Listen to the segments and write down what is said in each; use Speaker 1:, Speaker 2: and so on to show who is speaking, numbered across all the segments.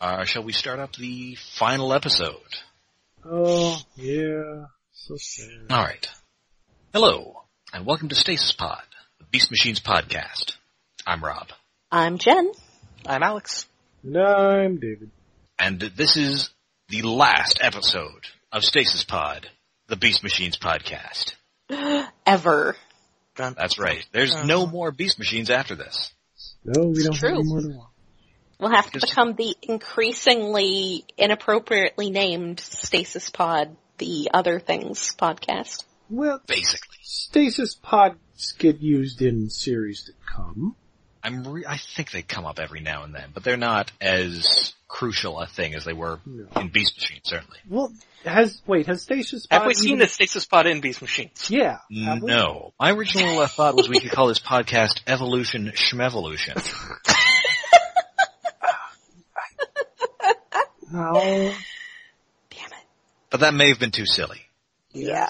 Speaker 1: Uh, shall we start up the final episode?
Speaker 2: Oh, yeah. So sad.
Speaker 1: Alright. Hello, and welcome to Stasis Pod, the Beast Machines podcast. I'm Rob,
Speaker 3: I'm Jen.
Speaker 4: I'm Alex.
Speaker 2: No, I'm David.
Speaker 1: and this is the last episode of Stasis Pod, the Beast Machines podcast.
Speaker 3: Ever.
Speaker 4: Dun-
Speaker 1: That's right. There's no more Beast Machines after this.
Speaker 2: No, we don't
Speaker 3: true.
Speaker 2: have any more to watch.
Speaker 3: We'll have to
Speaker 1: Just-
Speaker 3: become the increasingly inappropriately named Stasis Pod, the Other Things podcast.
Speaker 2: Well,
Speaker 1: Basically,
Speaker 2: stasis pods get used in series to come.
Speaker 1: I'm re- I think they come up every now and then, but they're not as crucial a thing as they were
Speaker 2: No.
Speaker 1: in Beast Machines, certainly.
Speaker 2: Well, has, wait, has stasis pod
Speaker 4: Have we seen
Speaker 2: even-
Speaker 4: the stasis pod in Beast Machines?
Speaker 2: Yeah. have we?
Speaker 1: No. My original uh, thought was we could call this podcast Evolution Schmevolution.
Speaker 2: No.
Speaker 3: Damn it.
Speaker 1: But that may have been too silly.
Speaker 3: Yeah.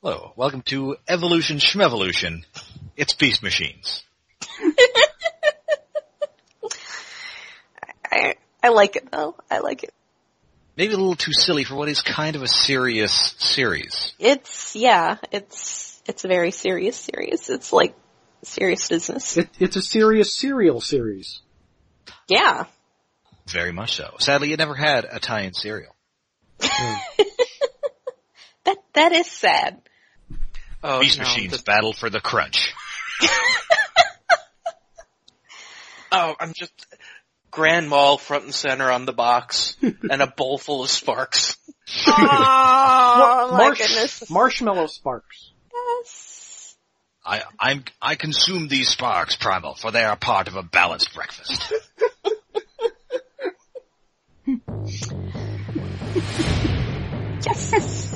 Speaker 1: Hello, welcome to Evolution Schmevolution. It's Beast Machines.
Speaker 3: I, I like it though. I like it.
Speaker 1: Maybe a little too silly for what is kind of a serious series.
Speaker 3: It's, yeah, it's, it's a very serious series. It's like serious business.
Speaker 2: It, it's a serious serial series.
Speaker 3: Yeah.
Speaker 1: Very much so. Sadly, it never had a tie-in serial.
Speaker 3: That, that is sad.
Speaker 4: Oh,
Speaker 1: Beast
Speaker 4: no,
Speaker 1: Machines
Speaker 4: the-
Speaker 1: Battle for the Crunch.
Speaker 4: oh, I'm just Grand Mall front and center on the box, and a bowl full of sparks.
Speaker 3: Oh, my
Speaker 2: Marsh-
Speaker 3: goodness.
Speaker 2: Marshmallow sparks.
Speaker 3: Yes.
Speaker 1: I, I'm, I consume these sparks, Primal, for they are part of a balanced breakfast.
Speaker 3: Yes.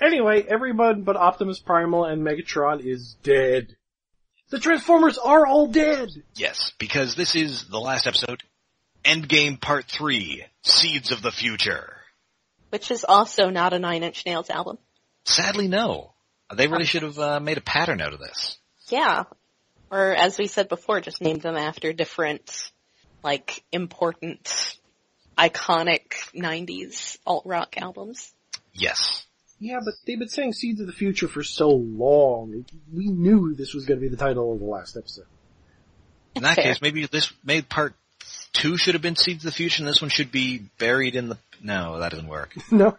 Speaker 2: Anyway, everyone but Optimus Primal and Megatron is dead. The Transformers are all dead!
Speaker 1: Yes, because this is the last episode, Endgame Part 3, Seeds of the Future.
Speaker 3: Which is also not a Nine Inch Nails album.
Speaker 1: Sadly, no. They really should have uh, made a pattern out of this.
Speaker 3: Yeah. Or as we said before, just name them after different, like, important, iconic 90s alt rock albums.
Speaker 1: Yes.
Speaker 2: Yeah, but they've been saying Seeds of the Future for so long. We knew this was going to be the title of the last episode.
Speaker 1: In that
Speaker 3: Fair.
Speaker 1: case, maybe this maybe part two should have been Seeds of the Future, and this one should be buried in the. No, that doesn't work.
Speaker 2: no,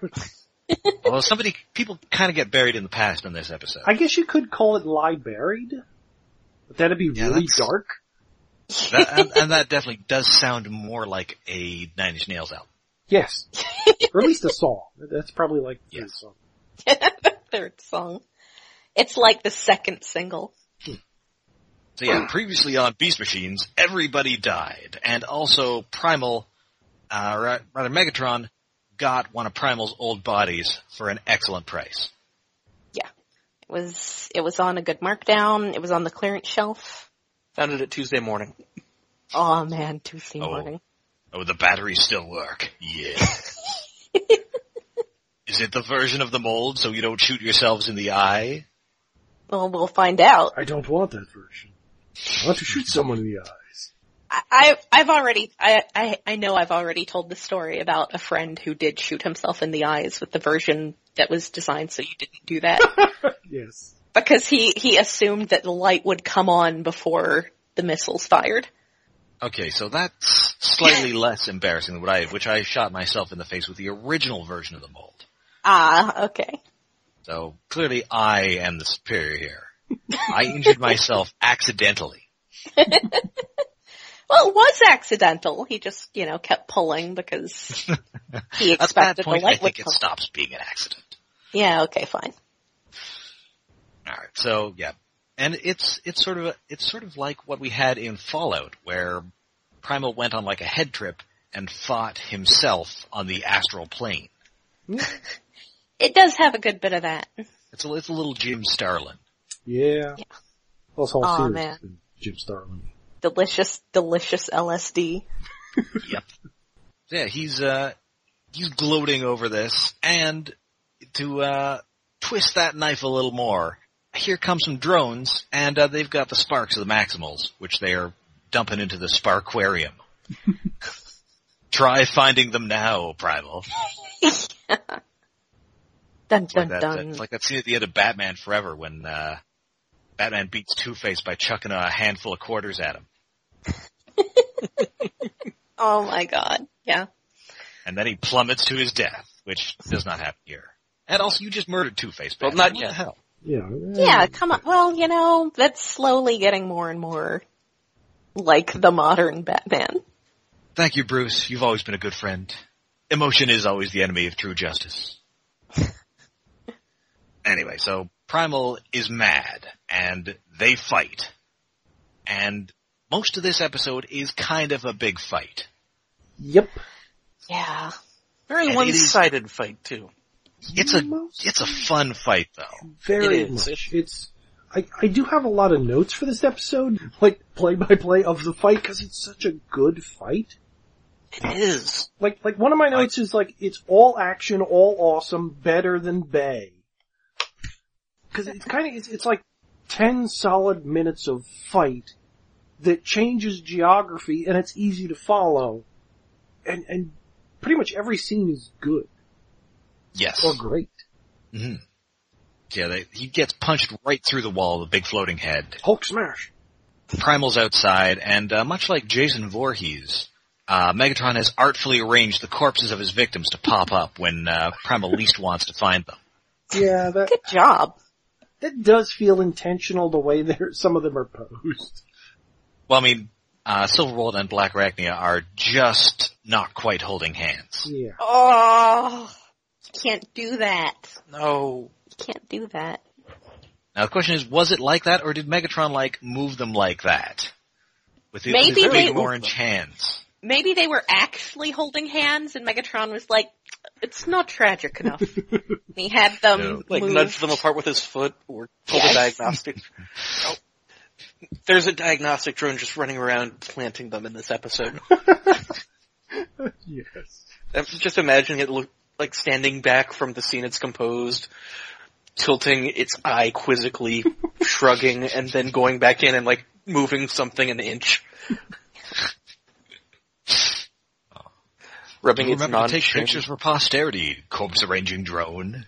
Speaker 1: Although somebody, people kind of get buried in the past in this episode.
Speaker 2: I guess you could call it Lie Buried. But that'd be
Speaker 1: Yeah,
Speaker 2: really
Speaker 1: that's-
Speaker 2: dark.
Speaker 1: That- and, and that definitely does sound more like a Nine Inch Nails album.
Speaker 2: Yes. or at least a song. That's probably like the
Speaker 1: Yes.
Speaker 2: song.
Speaker 3: Third song. It's like the second single.
Speaker 1: So yeah, previously on Beast Machines, everybody died, and also Primal, uh, ra- rather Megatron, got one of Primal's old bodies for an excellent price.
Speaker 3: It was, it was on a good markdown. It was on the clearance shelf.
Speaker 4: Found it at Tuesday morning.
Speaker 3: Oh man, Tuesday
Speaker 1: Oh.
Speaker 3: morning.
Speaker 1: Oh, the batteries still work. Yeah. Is it the version of the mold so you don't shoot yourselves in the eye?
Speaker 3: Well, we'll find out.
Speaker 2: I don't want that version. I want to shoot someone in the eyes.
Speaker 3: I, I I've already, I, I, I know I've already told the story about a friend who did shoot himself in the eyes with the version that was designed so you didn't do that.
Speaker 2: Yes.
Speaker 3: because he he assumed that the light would come on before the missiles fired.
Speaker 1: Okay, so that's slightly less embarrassing than what I, which I shot myself in the face with the original version of the mold.
Speaker 3: Ah, okay.
Speaker 1: So clearly I am the superior here. I injured myself accidentally.
Speaker 3: Well, it was accidental. He just you know kept pulling because he
Speaker 1: At that
Speaker 3: expected the
Speaker 1: point, I
Speaker 3: light would
Speaker 1: think
Speaker 3: come.
Speaker 1: it stops being an accident.
Speaker 3: Yeah, okay, fine.
Speaker 1: All right. So yeah, and it's it's sort of a, it's sort of like what we had in Fallout, where Primal went on like a head trip and fought himself on the astral plane.
Speaker 3: It does have a good bit of that.
Speaker 1: It's a, it's a little Jim Starlin.
Speaker 2: Yeah.
Speaker 3: Yeah.
Speaker 2: Plus, whole
Speaker 3: Aw,
Speaker 2: series
Speaker 3: man.
Speaker 2: has been Jim Starlin.
Speaker 3: Delicious, delicious LSD.
Speaker 1: Yep. yeah, he's uh he's gloating over this, and to uh twist that knife a little more, here come some drones, and uh, they've got the sparks of the Maximals, which they are dumping into the Sparkwarium. Try finding them now, Primal.
Speaker 3: Dun
Speaker 1: Like
Speaker 3: dun
Speaker 1: that, that-
Speaker 3: dun.
Speaker 1: it's like that scene at the end of Batman Forever when uh Batman beats Two Face by chucking a handful of quarters at him.
Speaker 3: oh my god. Yeah.
Speaker 1: and then he plummets to his death, which does not happen here. And also, you just murdered Two Face.
Speaker 4: Well, not
Speaker 1: what
Speaker 4: yet.
Speaker 1: The hell?
Speaker 2: Yeah.
Speaker 3: Yeah, come on. Well, you know, that's slowly getting more and more like the modern Batman.
Speaker 1: Thank you, Bruce. You've always been a good friend. Emotion is always the enemy of true justice. anyway, so Primal is mad, and they fight. And most of this episode is kind of a big fight.
Speaker 2: Yep.
Speaker 3: Yeah.
Speaker 4: Very
Speaker 1: And it
Speaker 4: one-sided fight too.
Speaker 1: It's a
Speaker 2: Most-
Speaker 1: it's a fun fight, though.
Speaker 2: Very
Speaker 4: It is.
Speaker 2: much. It's. I, I do have a lot of notes for this episode, like play by play of the fight, because it's such a good fight.
Speaker 4: It is.
Speaker 2: Like like one of my notes is like it's all action, all awesome, better than Bay. Because it's kind of it's, it's like ten solid minutes of fight that changes geography and it's easy to follow, and and pretty much every scene is good
Speaker 1: Yes.
Speaker 2: or great.
Speaker 1: hmm Yeah, they, he gets punched right through the wall, the big floating head,
Speaker 2: Hulk smash.
Speaker 1: Primal's outside, and uh, much like Jason Voorhees, uh, Megatron has artfully arranged the corpses of his victims to pop up when uh, Primal least wants to find them.
Speaker 2: Yeah, that
Speaker 3: Good job.
Speaker 2: that does feel intentional the way they're some of them are posed.
Speaker 1: Well, I mean, uh, Silverbolt and Black Arachnia are just not quite holding hands.
Speaker 2: Yeah.
Speaker 3: Oh, you can't do that.
Speaker 4: No.
Speaker 3: You can't do that.
Speaker 1: Now the question is, was it like that, or did Megatron like move them like that with his,
Speaker 3: Maybe
Speaker 1: with his
Speaker 3: they-
Speaker 1: big orange hands?
Speaker 3: Maybe they were actually holding hands and Megatron was like, it's not tragic enough. he had them
Speaker 1: No.
Speaker 4: Like
Speaker 3: move.
Speaker 4: nudge them apart with his foot or pull
Speaker 3: Yes.
Speaker 4: the diagnostic. Oh. There's a diagnostic drone just running around planting them in this episode.
Speaker 2: Yes.
Speaker 4: I'm just imagining it look like standing back from the scene it's composed, tilting its eye quizzically, shrugging, and then going back in and like moving something an inch. Rubbing its
Speaker 1: Remember
Speaker 4: non
Speaker 1: to take pictures for posterity, corpse arranging drone.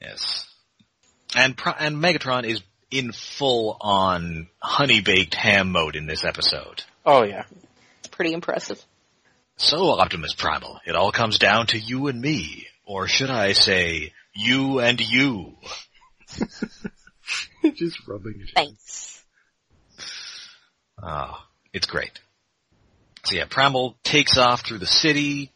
Speaker 1: Yes. And Pro- and Megatron is in full on honey baked ham mode in this episode.
Speaker 4: Oh yeah.
Speaker 3: It's pretty impressive.
Speaker 1: So Optimus Primal, it all comes down to you and me, or should I say you and you?
Speaker 2: Just rubbing it.
Speaker 3: Thanks.
Speaker 1: Ah, it's great. So yeah, Primal takes off through the city.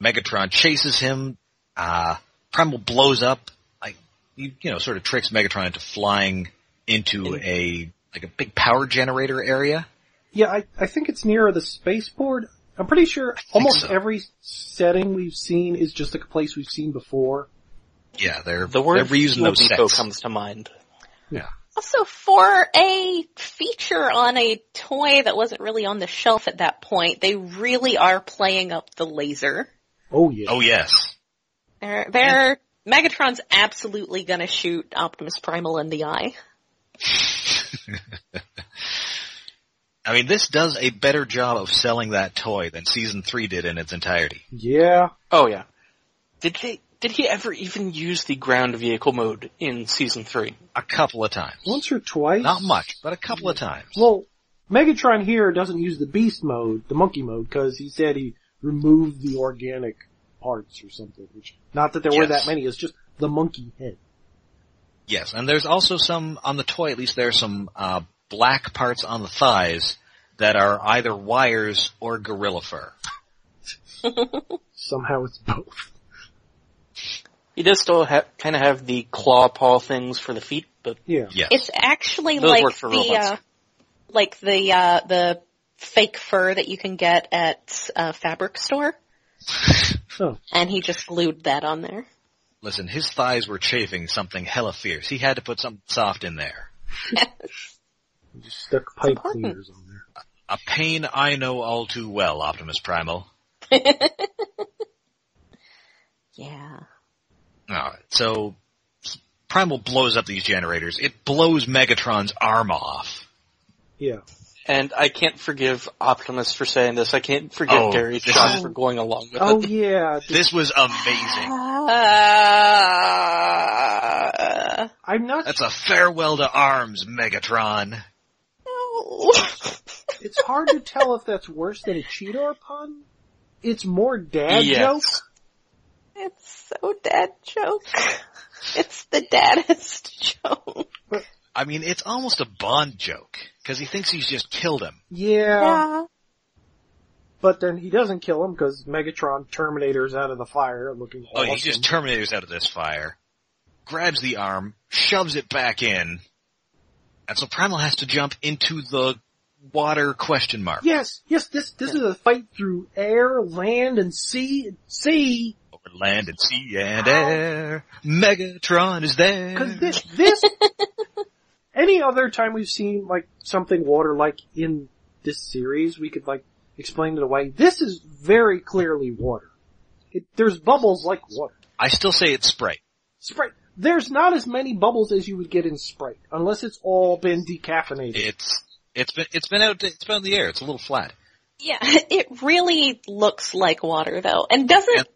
Speaker 1: Megatron chases him. Uh, Primal blows up. Like you, you know, sort of tricks Megatron into flying into a like a big power generator area.
Speaker 2: Yeah, I, I think it's near the spaceport. I'm pretty sure almost
Speaker 1: so.
Speaker 2: every setting we've seen is just like a place we've seen before.
Speaker 1: Yeah, they're
Speaker 4: The word
Speaker 1: they're reusing
Speaker 4: Fuel
Speaker 1: those
Speaker 4: Depot
Speaker 1: sets.
Speaker 4: comes to mind.
Speaker 3: Also, for a feature on a toy that wasn't really on the shelf at that point, they really are playing up the laser.
Speaker 2: Oh yeah.
Speaker 1: Oh yes,
Speaker 3: They're, they're, Megatron's absolutely gonna shoot Optimus Primal in the eye.
Speaker 1: I mean this does a better job of selling that toy than season three did in its entirety.
Speaker 2: Yeah.
Speaker 4: Oh yeah. Did they did he ever even use the ground vehicle mode in season three?
Speaker 1: A couple of times,
Speaker 2: Once or twice.
Speaker 1: not much, but a couple of times.
Speaker 2: Well, Megatron here doesn't use the beast mode, the monkey mode, because he said he removed the organic parts or something. Which, not that there were
Speaker 1: Yes.
Speaker 2: that many, it's just the monkey head.
Speaker 1: Yes, and there's also some on the toy. At least there are some uh, black parts on the thighs that are either wires or gorilla fur.
Speaker 2: Somehow it's both.
Speaker 4: He does still ha- kind of have the claw paw things for the feet, but
Speaker 2: Yeah.
Speaker 1: Yes,
Speaker 3: It's actually
Speaker 4: Those
Speaker 3: like uh,
Speaker 4: work for
Speaker 3: the,
Speaker 4: robots.
Speaker 3: uh, like the, uh, the fake fur that you can get at a fabric store,
Speaker 2: Oh.
Speaker 3: and he just glued that on there.
Speaker 1: Listen, his thighs were chafing something hella fierce. He had to put something soft in there.
Speaker 2: You just stuck pipe
Speaker 3: important.
Speaker 2: cleaners on there.
Speaker 1: A pain I know all too well, Optimus Primal.
Speaker 3: yeah.
Speaker 1: Alright, so Primal blows up these generators. It blows Megatron's arm off.
Speaker 2: Yeah.
Speaker 4: And I can't forgive Optimus for saying this. I can't forgive
Speaker 1: Oh,
Speaker 4: Gary
Speaker 1: this-
Speaker 4: John for going along with
Speaker 2: Oh
Speaker 4: it.
Speaker 2: yeah.
Speaker 1: This was amazing.
Speaker 3: Uh,
Speaker 2: I'm not.
Speaker 1: That's a farewell to arms, Megatron.
Speaker 3: no.
Speaker 2: It's hard to tell if that's worse than a cheetor pun. It's more dad joke.
Speaker 4: Yes.
Speaker 3: it's so dad joke. It's the daddest joke.
Speaker 1: I mean, it's almost a Bond joke, because he thinks he's just killed him.
Speaker 2: Yeah.
Speaker 3: Yeah.
Speaker 2: But then he doesn't kill him because Megatron Terminator's out of the fire looking.
Speaker 1: Oh, he
Speaker 2: awesome.
Speaker 1: just terminators out of this fire, grabs the arm, shoves it back in, and so Primal has to jump into the water question mark.
Speaker 2: Yes, yes. This this is a fight through air, land, and sea. Sea.
Speaker 1: Over land and sea and air, Megatron is there.
Speaker 2: Because this, this, any other time we've seen like something water like in this series, we could like explain it away. This is very clearly water. It, there's bubbles like water.
Speaker 1: I still say it's Sprite.
Speaker 2: Sprite. There's not as many bubbles as you would get in Sprite, unless it's all been decaffeinated.
Speaker 1: It's it's been it's been out it's been in the air. It's a little flat.
Speaker 3: Yeah, it really looks like water though. And doesn't,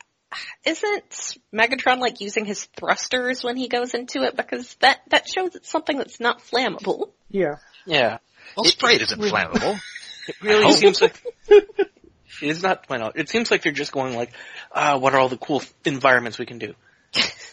Speaker 3: isn't Megatron like using his thrusters when he goes into it? Because that, that shows it's something that's not flammable.
Speaker 2: Yeah.
Speaker 4: Yeah.
Speaker 1: Well,
Speaker 4: It-
Speaker 1: Sprite isn't flammable.
Speaker 4: It really
Speaker 1: hope.
Speaker 4: seems like it's not my knowledge. It seems like they're just going like, ah, what are all the cool environments we can do?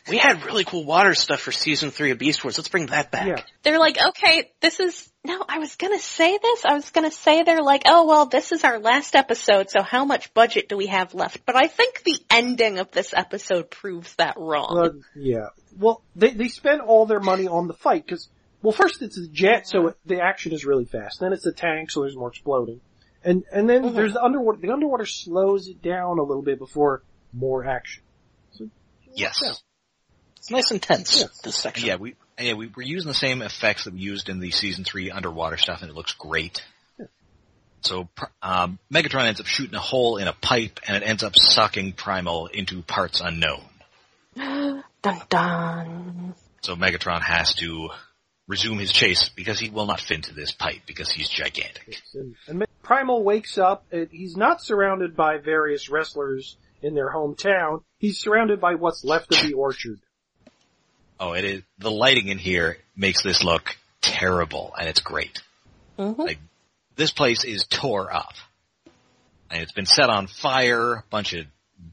Speaker 4: We had really cool water stuff for season three of Beast Wars. Let's bring that back.
Speaker 2: Yeah.
Speaker 3: They're like, okay, this is, no, I was gonna say this. I was gonna say they're like, oh well, this is our last episode, so how much budget do we have left? But I think the ending of this episode proves that wrong.
Speaker 2: Uh, yeah. Well, they they spend all their money on the fight because well, first it's the jet, so it, the action is really fast. Then it's the tank, so there's more exploding, and and then
Speaker 3: Mhm.
Speaker 2: there's the underwater. The underwater slows it down a little bit before more action.
Speaker 1: yes.
Speaker 4: It's nice and tense.
Speaker 2: Yeah.
Speaker 4: This section.
Speaker 1: Yeah, we yeah, we, we're using the same effects that we used in the season three underwater stuff, and it looks great. So pr- um, Megatron ends up shooting a hole in a pipe, and it ends up sucking Primal into parts unknown.
Speaker 3: dun dun.
Speaker 1: So Megatron has to resume his chase because he will not fit into this pipe because he's gigantic.
Speaker 2: And, and Ma- Primal wakes up. And he's not surrounded by various wrestlers in their hometown. He's surrounded by what's left of the orchard.
Speaker 1: Oh, it is the lighting in here makes this look terrible, and it's great.
Speaker 3: Mhm.
Speaker 1: Like this place is tore up, and it's been set on fire. A bunch of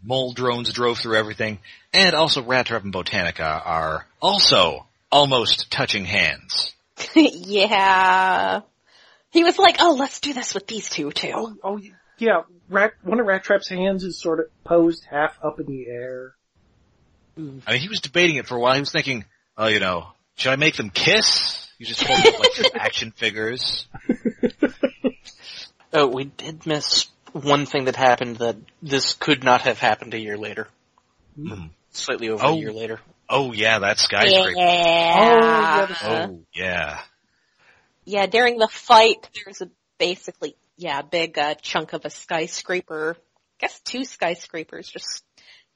Speaker 1: mole drones drove through everything, and also Rat Trap and Botanica are also almost touching hands.
Speaker 3: yeah. He was like, oh, let's do this with these two
Speaker 2: Oh,
Speaker 3: too.
Speaker 2: oh yeah. Rat, one of Rat Trap's hands is sort of posed half up in the air.
Speaker 1: I mean, he was debating it for a while. He was thinking, oh, you know, should I make them kiss? You just hold up like some action figures.
Speaker 4: Oh, we did miss one thing that happened that this could not have happened a year later.
Speaker 2: Mm-hmm.
Speaker 1: Hmm.
Speaker 4: Slightly over
Speaker 1: Oh.
Speaker 4: a year later.
Speaker 1: Oh yeah, that skyscraper.
Speaker 3: Yeah.
Speaker 2: Oh, yeah,
Speaker 1: Oh yeah.
Speaker 3: Yeah, during the fight, there's a basically, yeah, a big uh, chunk of a skyscraper. I guess two skyscrapers just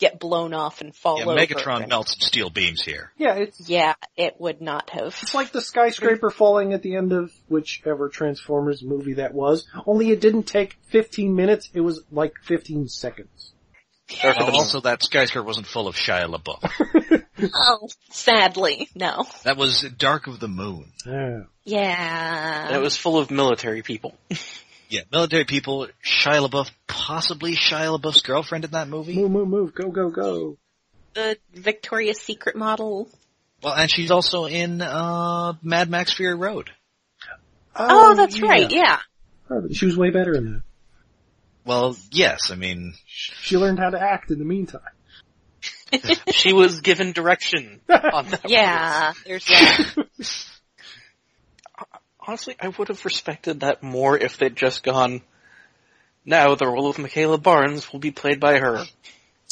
Speaker 3: get blown off and fall
Speaker 1: yeah
Speaker 3: over.
Speaker 1: Megatron melts some steel beams here.
Speaker 2: Yeah, it's
Speaker 3: Yeah, it would not have.
Speaker 2: It's like the skyscraper falling at the end of whichever Transformers movie that was, only it didn't take 15 minutes, it was like 15 seconds.
Speaker 1: Well, also, that skyscraper wasn't full of Shia LaBeouf.
Speaker 3: Oh, sadly, no.
Speaker 1: That was Dark of the Moon.
Speaker 2: Yeah.
Speaker 3: Yeah.
Speaker 4: That was full of military people.
Speaker 1: Yeah, military people, Shia LaBeouf, possibly Shia LaBeouf's girlfriend in that movie.
Speaker 2: Move, move, move, go, go, go.
Speaker 3: the Victoria's Secret model.
Speaker 1: Well, and she's also in uh, Mad Max Fury Road.
Speaker 3: Oh, that's right. Yeah.
Speaker 2: Oh, She was way better in that.
Speaker 1: Well, yes, I mean,
Speaker 2: She learned how to act in the meantime.
Speaker 4: she was given direction on that.
Speaker 3: Yeah. There's that.
Speaker 4: Honestly, I would have respected that more if they'd just gone, Now the role of Michaela Barnes will be played by her.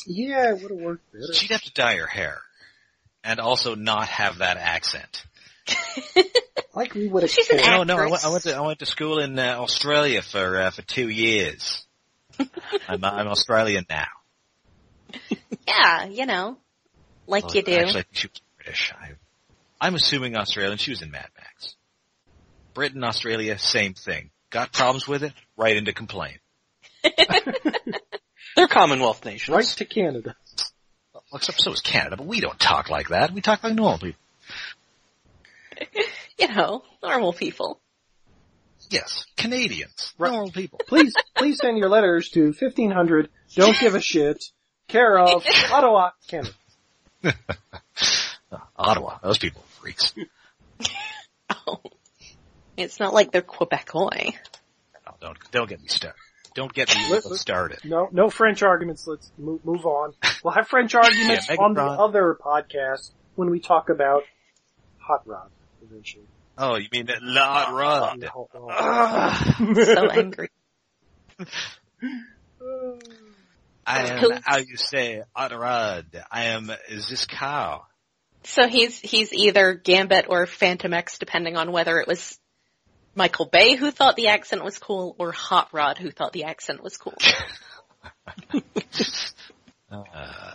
Speaker 2: Yeah, it would have worked better.
Speaker 1: She'd have to dye her hair. And also not have that accent.
Speaker 2: Like we would have.
Speaker 3: She's an
Speaker 2: cared.
Speaker 1: No, no, I went,
Speaker 3: Actress.
Speaker 1: I went to I went to school in uh, Australia for uh, for two years. I'm I'm Australian now.
Speaker 3: Yeah, you know, like
Speaker 1: Well,
Speaker 3: you do.
Speaker 1: Oh, Actually, I think she was British. I, I'm assuming Australian. She was in Mad Max. Britain, Australia, same thing. Got problems with it? Right into complaint.
Speaker 4: They're Commonwealth nations.
Speaker 2: Right to Canada.
Speaker 1: Well, Except so is Canada, but we don't talk like that. We talk like normal people.
Speaker 3: you know, normal people.
Speaker 1: Yes, Canadians,
Speaker 2: Right.
Speaker 1: normal people.
Speaker 2: Please, please send your letters to 1500. Don't give a shit. Care of Ottawa, Canada.
Speaker 1: Uh, Ottawa, those people are freaks.
Speaker 3: Oh. It's not like they're Quebecois.
Speaker 1: No, don't don't get me started. Don't get me
Speaker 2: Let- let-
Speaker 1: started.
Speaker 2: No, no French arguments. Let's move, move on. We'll have French arguments
Speaker 1: Yeah,
Speaker 2: on the
Speaker 1: Megatron.
Speaker 2: other podcast when we talk about Hot Rod eventually.
Speaker 1: Oh, you mean that Lord
Speaker 4: Uh,
Speaker 1: Rod?
Speaker 2: Hot Rod.
Speaker 3: So angry.
Speaker 2: uh,
Speaker 1: I am how you say Hot Rod. I am is this cow.
Speaker 3: So he's he's either Gambit or Phantom X, depending on whether it was Michael Bay who thought the accent was cool or Hot Rod who thought the accent was cool.
Speaker 1: Uh,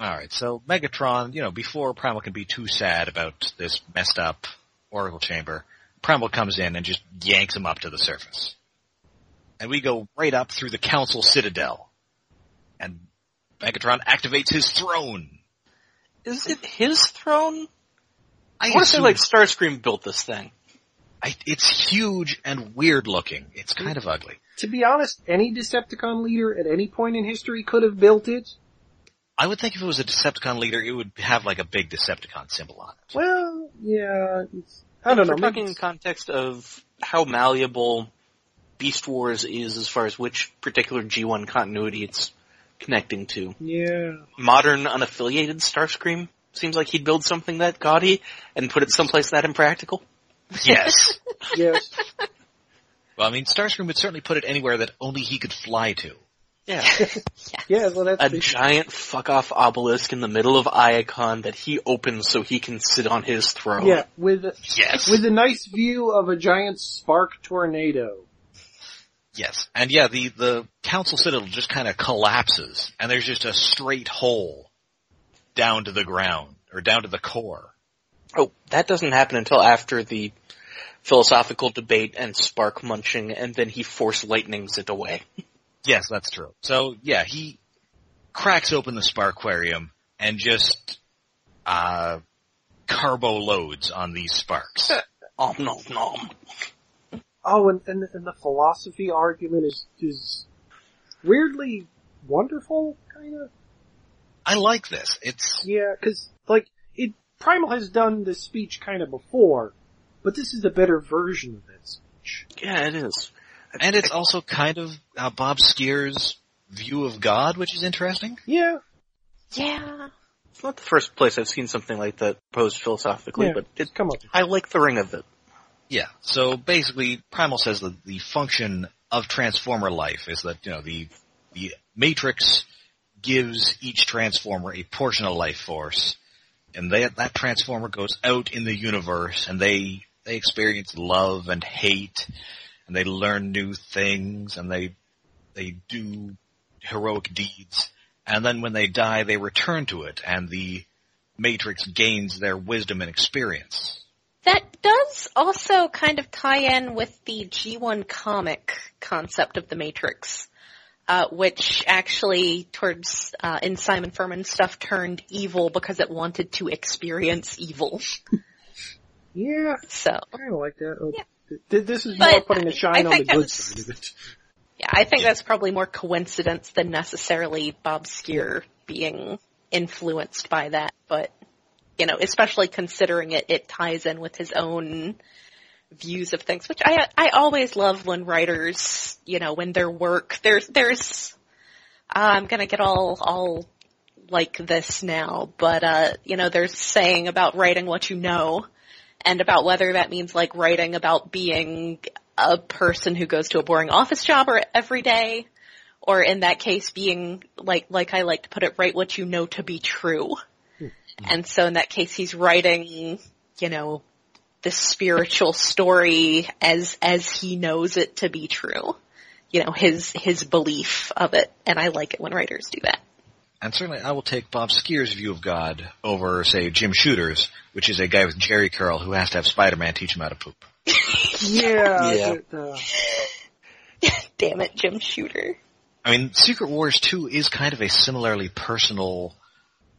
Speaker 1: all right, so Megatron, you know, before Primal can be too sad about this messed up Oracle chamber, Primal comes in and just yanks him up to the surface, and we go right up through the Council Citadel, and Megatron activates his throne.
Speaker 4: Is it his throne?
Speaker 1: I,
Speaker 4: I want to say
Speaker 1: assume-
Speaker 4: like Starscream built this thing.
Speaker 1: I- it's huge and weird looking. It's kind of ugly.
Speaker 2: to be honest, any Decepticon leader at any point in history could have built it.
Speaker 1: I would think if it was a Decepticon leader, it would have like a big Decepticon symbol on it.
Speaker 2: Well, yeah, it's, I don't know.
Speaker 4: We're
Speaker 2: maybe
Speaker 4: talking in
Speaker 2: it's-
Speaker 4: context of how malleable Beast Wars is as far as which particular G1 continuity it's connecting to.
Speaker 2: yeah.
Speaker 4: Modern unaffiliated Starscream seems like he'd build something that gaudy and put it someplace that impractical.
Speaker 1: Yes.
Speaker 2: Yes.
Speaker 1: well, I mean, Starscream would certainly put it anywhere that only he could fly to.
Speaker 4: Yeah.
Speaker 2: Yeah, well that's
Speaker 4: A giant fuck off obelisk in the middle of Iacon that he opens so he can sit on his throne.
Speaker 2: yeah, with
Speaker 1: Yes.
Speaker 2: with a nice view of a giant spark tornado.
Speaker 1: Yes. And yeah, the, the council citadel just kind of collapses and there's just a straight hole down to the ground or down to the core.
Speaker 4: Oh, that doesn't happen until after the philosophical debate and spark munching and then he force lightnings it away.
Speaker 1: Yes, that's true. So yeah, he cracks open the sparkarium and just, uh, carbo loads on these sparks.
Speaker 4: Om nom nom.
Speaker 2: Oh, and, and and the philosophy argument is is weirdly wonderful, kind of.
Speaker 1: I like this. It's,
Speaker 2: Yeah, because like it, Primal has done this speech kind of before, but this is a better version of it.
Speaker 4: Yeah, it is.
Speaker 1: and it's also kind of uh, Bob Skier's view of God, which is interesting.
Speaker 2: Yeah,
Speaker 3: Yeah.
Speaker 4: It's not the first place I've seen something like that posed philosophically,
Speaker 2: yeah.
Speaker 4: but it,
Speaker 2: come on.
Speaker 4: I like the ring of it.
Speaker 1: Yeah. So basically, Primal says that the function of Transformer life is that you know the the Matrix gives each Transformer a portion of life force, and that that Transformer goes out in the universe and they they experience love and hate, and they learn new things, and they they do heroic deeds, and then when they die, they return to it, and the Matrix gains their wisdom and experience.
Speaker 3: That does also kind of tie in with the G1 comic concept of the Matrix, uh, which actually towards, uh, in Simon Furman stuff turned evil because it wanted to experience evil.
Speaker 2: Yeah,
Speaker 3: So,
Speaker 2: kind of like that. Oh,
Speaker 3: Yeah.
Speaker 2: th- th- this is
Speaker 3: But
Speaker 2: more putting a shine
Speaker 3: I
Speaker 2: on the
Speaker 3: think that
Speaker 2: good
Speaker 3: was-
Speaker 2: side of it.
Speaker 3: yeah, I think that's probably more coincidence than necessarily Bob Skier being influenced by that, but, you know, especially considering it, it ties in with his own views of things, which I I always love when writers, you know, when their work there's there's uh, I'm gonna get all all like this now, but uh, you know, there's a saying about writing what you know and about whether that means like writing about being a person who goes to a boring office job or every day, or in that case being like, like I like to put it, write what you know to be true. And so in that case he's writing, you know, the spiritual story as, as he knows it to be true. You know, his, his belief of it. And I like it when writers do that.
Speaker 1: And certainly I will take Bob Skier's view of God over, say, Jim Shooter's, which is a guy with Jerry curl who has to have Spider-Man teach him how to poop.
Speaker 2: Yeah.
Speaker 4: Yeah.
Speaker 2: but, uh,
Speaker 3: Damn it, Jim Shooter.
Speaker 1: I mean, Secret Wars 2 is kind of a similarly personal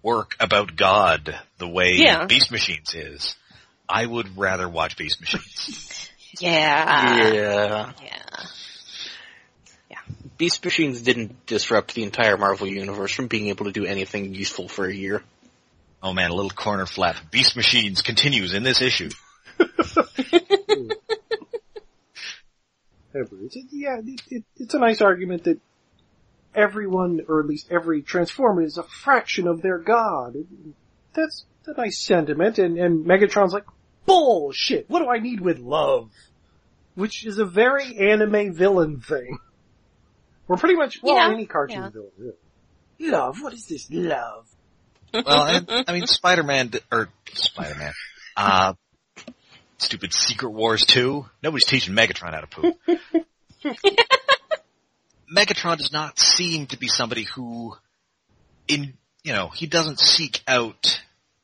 Speaker 1: work about God the way
Speaker 3: Yeah.
Speaker 1: Beast Machines is. I would rather watch Beast Machines.
Speaker 2: Ah.
Speaker 3: Yeah.
Speaker 4: yeah.
Speaker 3: Yeah.
Speaker 4: Beast Machines didn't disrupt the entire Marvel universe from being able to do anything useful for a year.
Speaker 1: oh man, a little corner flap. Beast Machines continues in this issue.
Speaker 2: whatever. It's, it, yeah, it, it, it's a nice argument that everyone, or at least every Transformer, is a fraction of their god. That's a nice sentiment, and, and Megatron's like, bullshit, what do I need with love? Which is a very anime villain thing. Or pretty much, well,
Speaker 3: Yeah,
Speaker 2: any cartoon
Speaker 3: yeah.
Speaker 2: villain. yeah. Love, what is this love?
Speaker 1: Well, and, I mean, Spider-Man, d- or Spider-Man, uh, stupid Secret Wars 2. Nobody's teaching Megatron how to poop. Megatron does not seem to be somebody who, in, you know, he doesn't seek out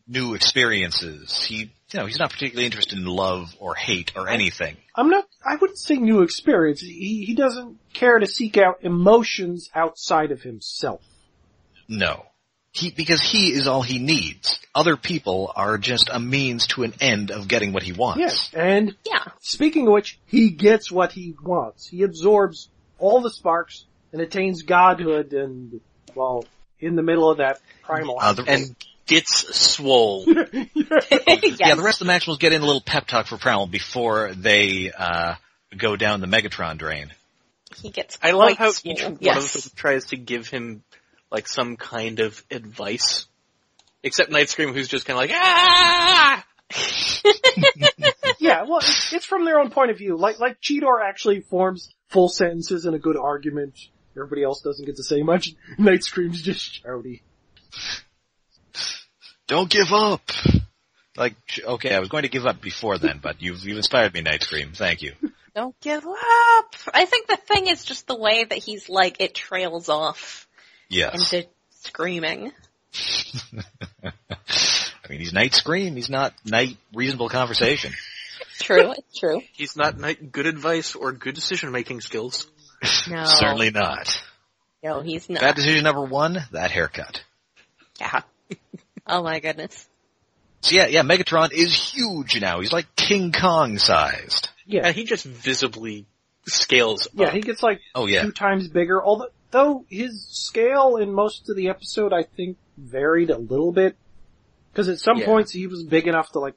Speaker 1: new experiences. He, you know, he's not particularly interested in love or hate or anything.
Speaker 2: I'm not, I wouldn't say new experience. He, he doesn't care to seek out emotions outside of himself.
Speaker 1: No. He, because he is all he needs. Other people are just a means to an end of getting what he wants.
Speaker 2: Yes, and
Speaker 3: Yeah.
Speaker 2: Speaking of which, he gets what he wants. He absorbs all the sparks and attains godhood and, well, in the middle of that primal.
Speaker 1: Uh, the-
Speaker 4: And gets swole.
Speaker 3: Yes.
Speaker 1: Yeah, the rest of the Maximals get in a little pep talk for Primal before they uh, go down the Megatron drain.
Speaker 3: He gets
Speaker 4: I love
Speaker 3: quite
Speaker 4: how
Speaker 3: small.
Speaker 4: each one
Speaker 3: yes.
Speaker 4: of them tries to give him like some kind of advice. Except Night Scream who's just kinda like, ah!
Speaker 2: yeah, well, it's, it's from their own point of view. Like, like Cheetor actually forms full sentences and a good argument. Everybody else doesn't get to say much. Night Scream's just shouty.
Speaker 1: Don't give up. Like, sh- okay, I was going to give up before then, but you've you've inspired me, Night Scream. Thank you.
Speaker 3: Don't give up. I think the thing is just the way that he's like, it trails off
Speaker 1: Yes,
Speaker 3: into screaming.
Speaker 1: I mean he's Night Scream. He's not Night Reasonable Conversation.
Speaker 3: True, it's true.
Speaker 4: He's not Night good advice or good decision making skills.
Speaker 3: No.
Speaker 1: Certainly not.
Speaker 3: No, he's not.
Speaker 1: Bad decision number one: that haircut.
Speaker 3: yeah. Oh my goodness.
Speaker 1: So yeah, yeah, Megatron is huge now. He's like King Kong sized.
Speaker 2: Yeah,
Speaker 4: And he just visibly scales
Speaker 2: yeah,
Speaker 4: up.
Speaker 2: he gets like
Speaker 1: Oh yeah,
Speaker 2: two times bigger, although though his scale in most of the episode I think varied a little bit. Cause at some
Speaker 4: Yeah.
Speaker 2: points he was big enough to like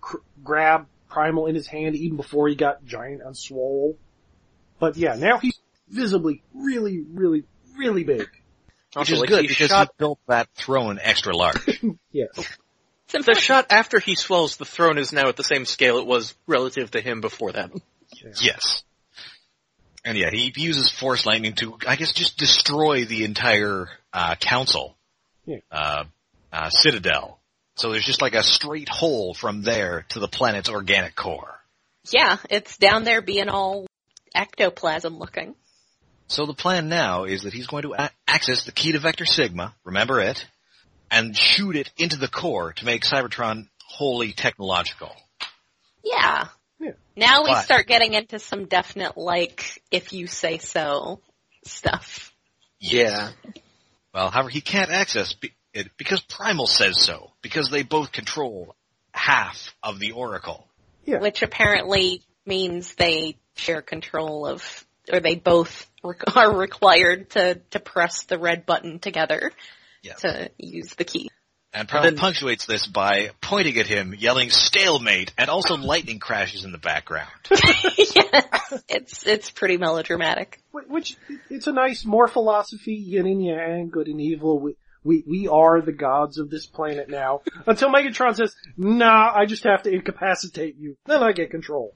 Speaker 2: cr- grab Primal in his hand even before he got giant and swole. But yeah, now he's visibly really, really, really big.
Speaker 1: which
Speaker 4: Also,
Speaker 1: is
Speaker 4: like,
Speaker 1: good
Speaker 4: he
Speaker 1: because
Speaker 4: shot
Speaker 1: he built that throne extra large.
Speaker 2: Yes.
Speaker 3: It's important.
Speaker 4: The shot after he swells the throne is now at the same scale it was relative to him before that.
Speaker 1: Yes. And yeah, he uses force lightning to, I guess, just destroy the entire uh, council,
Speaker 2: Yeah.
Speaker 1: uh, uh, citadel. So there's just like a straight hole from there to the planet's organic core.
Speaker 3: yeah, it's down there being all ectoplasm looking.
Speaker 1: So the plan now is that he's going to a- access the key to Vector Sigma, remember it, and shoot it into the core to make Cybertron wholly technological.
Speaker 3: Yeah.
Speaker 2: Yeah.
Speaker 3: Now we
Speaker 1: But-
Speaker 3: start getting into some definite like, if you say so stuff.
Speaker 4: Yeah.
Speaker 1: Well, however, he can't access be- it because Primal says so, because they both control half of the Oracle.
Speaker 2: Yeah.
Speaker 3: which apparently means they share control of, or they both rec- are required to, to press the red button together
Speaker 1: Yes.
Speaker 3: to use the key.
Speaker 1: And Primal
Speaker 4: then-
Speaker 1: punctuates this by pointing at him, yelling stalemate, and also lightning crashes in the background.
Speaker 3: yes, it's it's pretty melodramatic.
Speaker 2: Wh- Which, it's a nice more philosophy, yin and yang, good and evil. We, we, we are the gods of this planet now. Until Megatron says, nah, I just have to incapacitate you. Then I get control.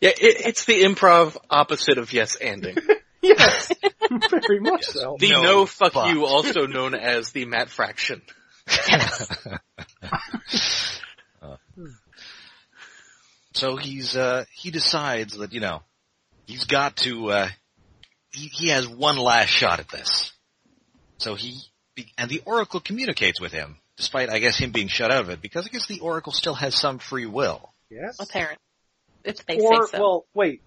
Speaker 4: Yeah, it, it's the improv opposite of yes anding.
Speaker 2: Yes, very much so.
Speaker 4: The
Speaker 1: No,
Speaker 4: no, fuck
Speaker 1: but.
Speaker 4: you, also known as the Matt fraction.
Speaker 1: so he's uh he decides that you know he's got to uh he, he has one last shot at this. So he and the Oracle communicates with him, despite I guess him being shut out of it, because I guess the Oracle still has some free will.
Speaker 2: Yes.
Speaker 3: apparently, if they
Speaker 2: Or
Speaker 3: say so.
Speaker 2: well, wait,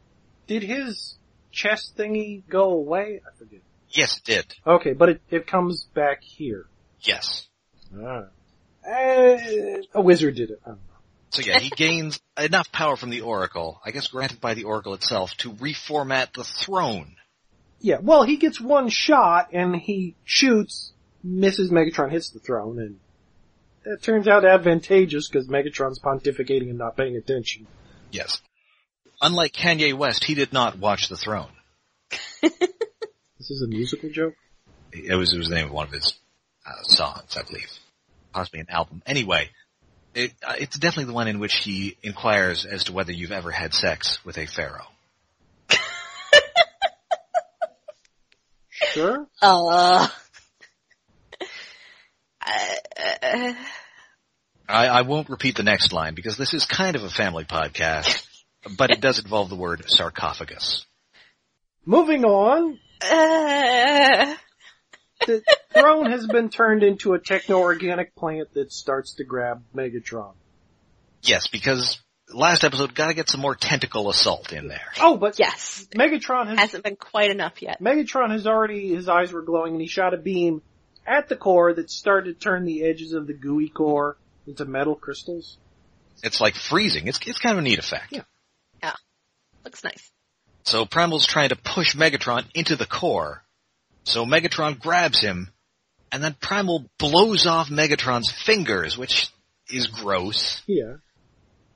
Speaker 2: did his chest thingy go away? I forget.
Speaker 1: Yes, it did.
Speaker 2: Okay, but it it comes back here.
Speaker 1: Yes.
Speaker 2: Ah. Eh, a wizard did it. I don't know.
Speaker 1: So yeah, he gains enough power from the Oracle, I guess granted by the Oracle itself, to reformat the throne.
Speaker 2: Yeah, well, he gets one shot and he shoots. Mrs. Megatron hits the throne, and that turns out advantageous because Megatron's pontificating and not paying attention.
Speaker 1: Yes. Unlike Kanye West, he did not watch the throne.
Speaker 2: This is a musical joke.
Speaker 1: It was, it was the name of one of his uh, songs, I believe. Possibly an album. Anyway, it, uh, it's definitely the one in which he inquires as to whether you've ever had sex with a pharaoh.
Speaker 2: Sure.
Speaker 3: Uh, uh,
Speaker 1: I, I won't repeat the next line because this is kind of a family podcast, but it does involve the word sarcophagus.
Speaker 2: Moving on,
Speaker 3: uh,
Speaker 2: the throne has been turned into a techno-organic plant that starts to grab Megatron.
Speaker 1: Yes, because last episode gotta get some more tentacle assault in there.
Speaker 2: Oh, but
Speaker 3: yes,
Speaker 2: Megatron has
Speaker 3: hasn't been quite enough yet.
Speaker 2: Megatron has already, his eyes were glowing and he shot a beam at the core that started to turn the edges of the gooey core into metal crystals.
Speaker 1: It's like freezing. It's, it's kind of a neat effect.
Speaker 2: Yeah.
Speaker 3: Looks nice.
Speaker 1: So Primal's trying to push Megatron into the core. So Megatron grabs him, and then Primal blows off Megatron's fingers, which is gross,
Speaker 2: Yeah.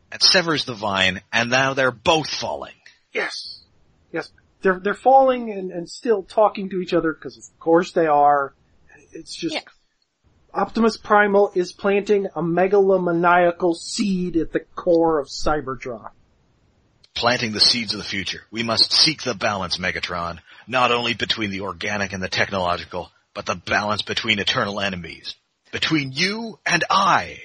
Speaker 1: and severs the vine, and now they're both falling.
Speaker 2: Yes. Yes. They're, they're falling and, and still talking to each other because of course they are. It's just,
Speaker 3: Yeah.
Speaker 2: Optimus Primal is planting a megalomaniacal seed at the core of Cybertron.
Speaker 1: Planting the seeds of the future. We must seek the balance, Megatron, not only between the organic and the technological, but the balance between eternal enemies. Between you and I.